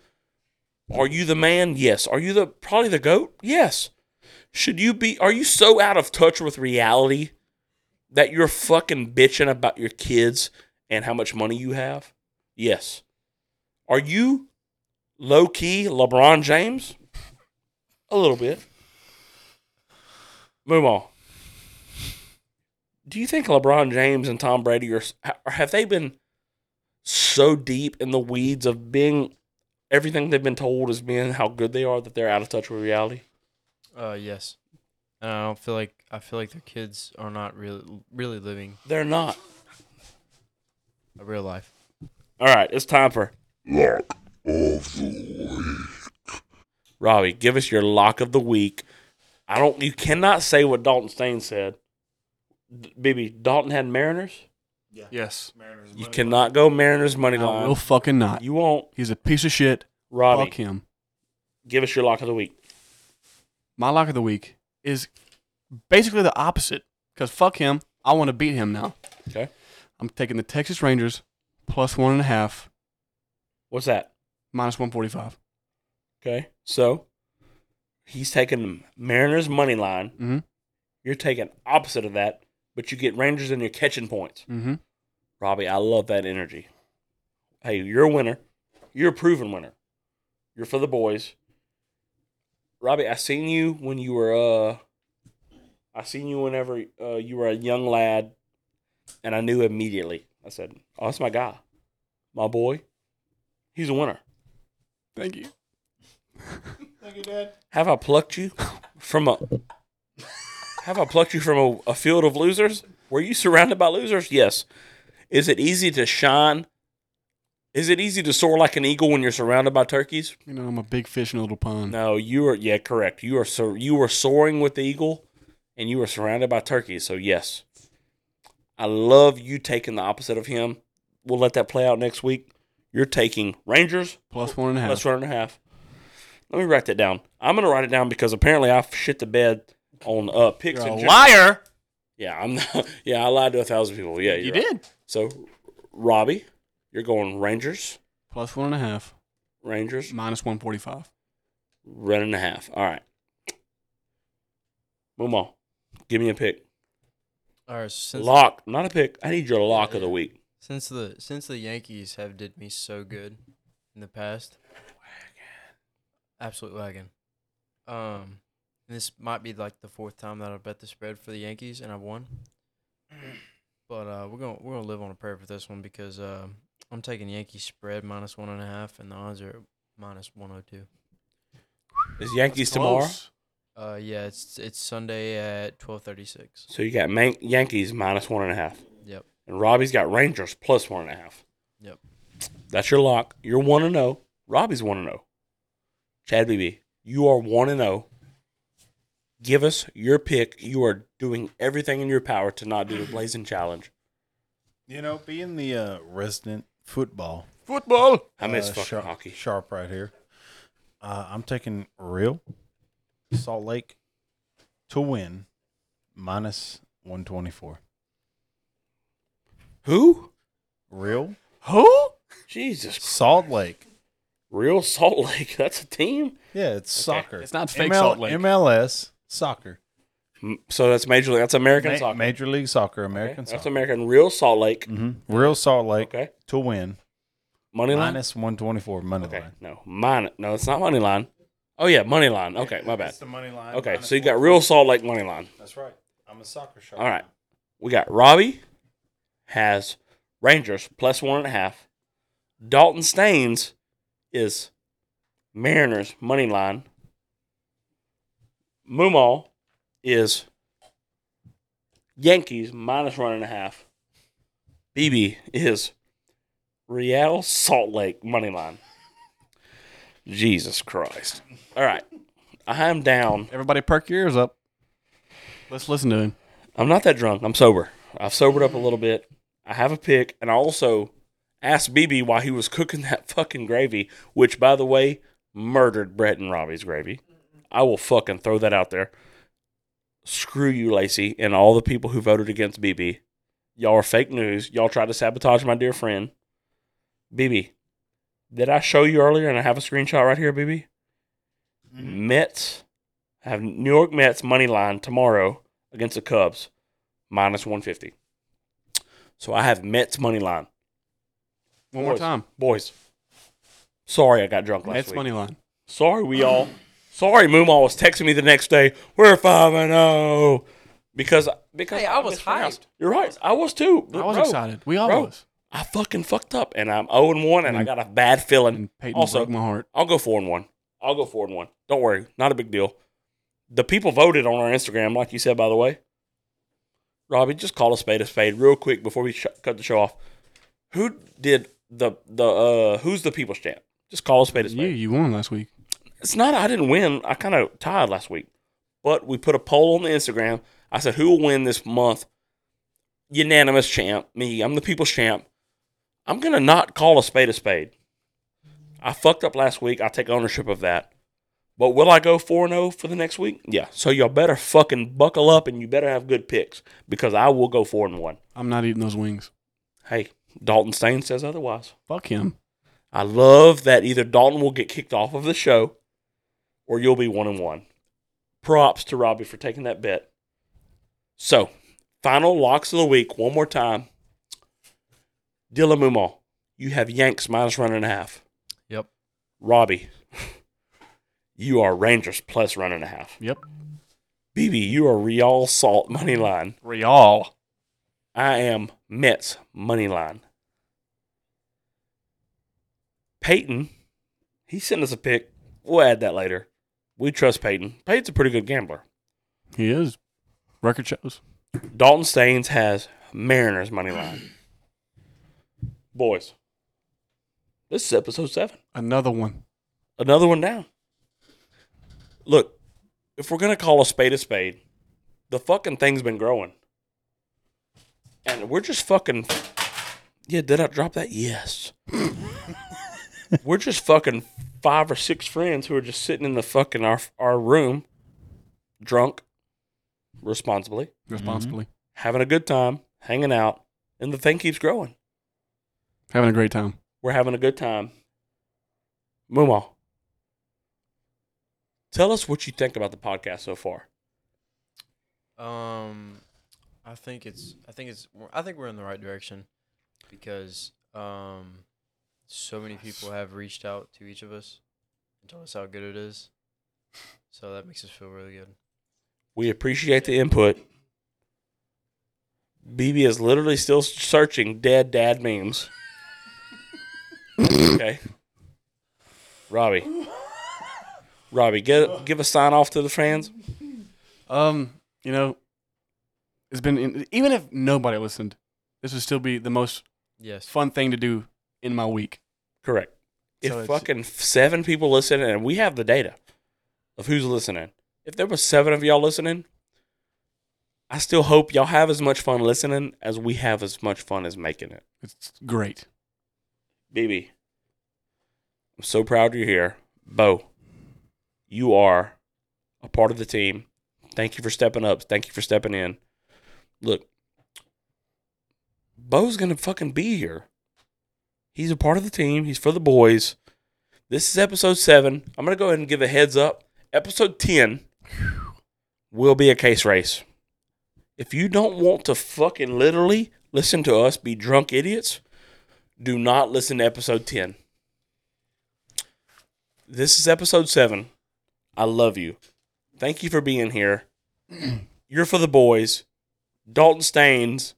Are you the man? Yes. Are you the probably the goat? Yes. Should you be? Are you so out of touch with reality that you're fucking bitching about your kids and how much money you have? Yes. Are you low key LeBron James? A little bit. Move on. Do you think LeBron James and Tom Brady are, or have they been so deep in the weeds of being everything they've been told is being how good they are that they're out of touch with reality? Uh, yes. And I don't feel like I feel like their kids are not really really living They're not. a real life. All right, it's time for Lock of the week. Robbie. Give us your lock of the week. I don't. You cannot say what Dalton Stain said. D- BB, Dalton had Mariners. Yes. You cannot go Mariners money Oh, No, line. will fucking not. You won't, He's a piece of shit. Robbie. Fuck him. Give us your lock of the week. My lock of the week is basically the opposite. Because fuck him. I want to beat him now. Okay. I'm taking the Texas Rangers plus one and a half, What's that? minus 145. Okay. So he's taking Mariners money line. Mm-hmm. You're taking opposite of that, but you get Rangers and you're catching points. Mm-hmm. Robbie, I love that energy. Hey, you're a winner. You're a proven winner. You're for the boys. Robbie, I seen you when you were uh I seen you whenever uh, you were a young lad and I knew immediately. I said, Oh, that's my guy. My boy. He's a winner. Thank you. Have I plucked you from a Have I plucked you from a, a field of losers? Were you surrounded by losers? Yes. Is it easy to shine? Is it easy to soar like an eagle when you're surrounded by turkeys? You know, I'm a big fish in a little pond. No, you are yeah, correct. You are so you were soaring with the eagle and you were surrounded by turkeys, so yes. I love you taking the opposite of him. We'll let that play out next week. You're taking Rangers Plus one and a half. Let's run and a half. Let me write that down. I'm gonna write it down because apparently I shit the bed on uh picks. You're in a general. liar. Yeah, I'm. Not, *laughs* yeah, I lied to a thousand people. Yeah, You you're right. did. So, Robbie, you're going Rangers, Plus one and a half, Rangers, minus 145. run and a half. All right. Move on. Give me a pick. All right. Since Lock, not a pick. I need your lock of the yeah. week. since the since the Yankees have did me so good in the past, absolute wagon. Um, and this might be like the fourth time that I bet the spread for the Yankees and I've won. But uh, we're gonna we're gonna live on a prayer for this one because uh, I'm taking Yankees spread minus one and a half, and the odds are minus one hundred two. Is Yankees tomorrow? Uh, yeah, it's it's Sunday at twelve thirty six. So you got Man- Yankees minus one and a half. Yep. And Robbie's got Rangers plus one and a half. Yep. That's your lock. You're one and zero. Robbie's one and zero. Chad BB, you are one and zero. Give us your pick. You are doing everything in your power to not do the blazing challenge. You know, being the uh, resident football Football. I miss uh, fucking sharp, hockey. Sharp right here. Uh, I'm taking real Salt Lake to win minus 124. Who? Real Who? Jesus. Salt Lake. Real Salt Lake. *laughs* That's a team. Yeah, it's soccer. It's not fake Salt Lake. MLS soccer. M- So that's major. League- That's American Ma- soccer. Major League Soccer, Okay, American That's soccer. American. Real Salt Lake. hmm Real Salt Lake Okay. to win Money line. minus 124 money Okay. line. No. Mine. No, it's not money line. Oh yeah, money line. Okay, my bad. That's the money line. Okay, minus so you got 124. real Salt Lake money line. That's right. I'm a soccer shark. All right. We got Robbie has Rangers plus one and a half. Dalton Staines is Mariners money line. Mumal is Yankees minus one and a half. BB is Real Salt Lake money line. *laughs* Jesus Christ. All right. I am down Everybody, perk your ears up. Let's listen to him. I'm not that drunk. I'm sober. I've sobered up a little bit. I have a pick, and I also asked BB why he was cooking *laughs* that fucking gravy, which, by the way, murdered Brett and Robbie's gravy. I will fucking throw that out there. Screw you, Lacey, and all the people who voted against BB. Y'all are fake news. Y'all tried to sabotage my dear friend. BB, did I show you earlier? And I have a screenshot right here, BB. Mets. I have New York Mets money line tomorrow against the Cubs, minus 150. So I have Mets money line. One more Boys. time. Boys, sorry I got drunk last That's week. money line. Sorry, we all. Sorry, Moomaw was texting me the next day. We're five and zero because because Hey, I was mispronounced. hyped. You're right. I was too. I was Bro, excited. We all bro, was. I fucking fucked up, and I'm zero and one, and I And- got a bad feeling. And Peyton Also, broke my heart. I'll go four and one. I'll go four and one. Don't worry, not a big deal. The people voted on our Instagram, like you said, by the way. Robbie, just call a spade a spade, real quick, before we sh- cut the show off. Who did the the uh Who's the people's champ? Just call a spade a You spade. you won last week. It's not I didn't win. I kind of tied last week, but we put a poll on the Instagram. I said who will win this month? Unanimous champ. Me. I'm the people's champ. I'm gonna not call a spade a spade. I fucked up last week. I take ownership of that. But will I go 4 0 for the next week? Yeah. So y'all better fucking buckle up and you better have good picks because I will go 4 and 1. I'm not eating those wings. Hey, Dalton Stain says otherwise. Fuck him. I love that either Dalton will get kicked off of the show or you'll be 1 and 1. Props to Robbie for taking that bet. So, final locks of the week, one more time. Dylan Mumal, you have Yanks minus run and a half. Yep. Robbie, *laughs* you are Rangers plus run and a half. Yep. BB, you are Real Salt money line. Real. I am Mets money line. Peyton, he sent us a pick. We'll add that later. We trust Peyton. Peyton's a pretty good gambler. He is. Record shows. Dalton Staines has Mariners money line. *clears throat* Boys, this is episode seven. Another one. another one down. Look, if we're gonna call a spade a spade, the fucking thing's been growing, and we're just fucking. Yeah, did I drop that? Yes. *laughs* we're just fucking five or six friends who are just sitting in the fucking our our room, drunk, responsibly, Responsibly. having a good time, hanging out, and the thing keeps growing. Having a great time. We're having a good time. Mumal, tell us what you think about the podcast so far. Um, I think it's. I think it's. we're- I think we're in the right direction because um, so many people have reached out to each of us and told us how good it is. So that makes us feel really good. We appreciate the input. BB is literally still searching dead dad memes. okay. Robbie. Robbie, get, give a sign off to the fans. Um, you know, it's been in, even if nobody listened, this would still be the most Yes. fun thing to do in my week. Correct. If So it's- fucking seven people listen, and we have the data of who's listening. If there was seven of y'all listening, I still hope y'all have as much fun listening as we have as much fun as making it. It's great. BB, I'm so proud you're here. Bo, you are a part of the team. Thank you for stepping up. Thank you for stepping in. Look, Bo's going to fucking be here. He's a part of the team. He's for the boys. This is episode seven. I'm going to go ahead and give a heads up. Episode 10 will be a case race. If you don't want to fucking literally listen to us be drunk idiots, do not listen to episode 10. This is episode 7. I love you. Thank you for being here. *clears throat* You're for the boys. Dalton Staines,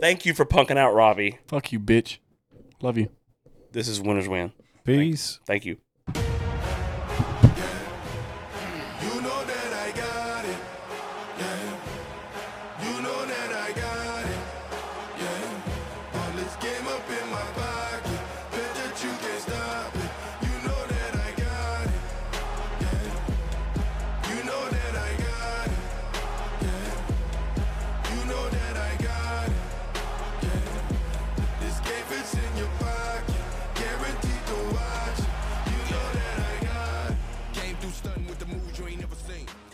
thank you for punking out Robbie. Fuck you, bitch. Love you. This is Winners Win. Peace. Thank you. You know that I got it. Yeah. You know that I got it. Yeah. All this game up in my pocket. Bet that you can't stop it. You know that I got it. Yeah. You know that I got it. Yeah. You know that I got it. Yeah. This game fits in your pocket. Guaranteed to watch it. You know that I got it. Came through stunting with the moves you ain't never seen.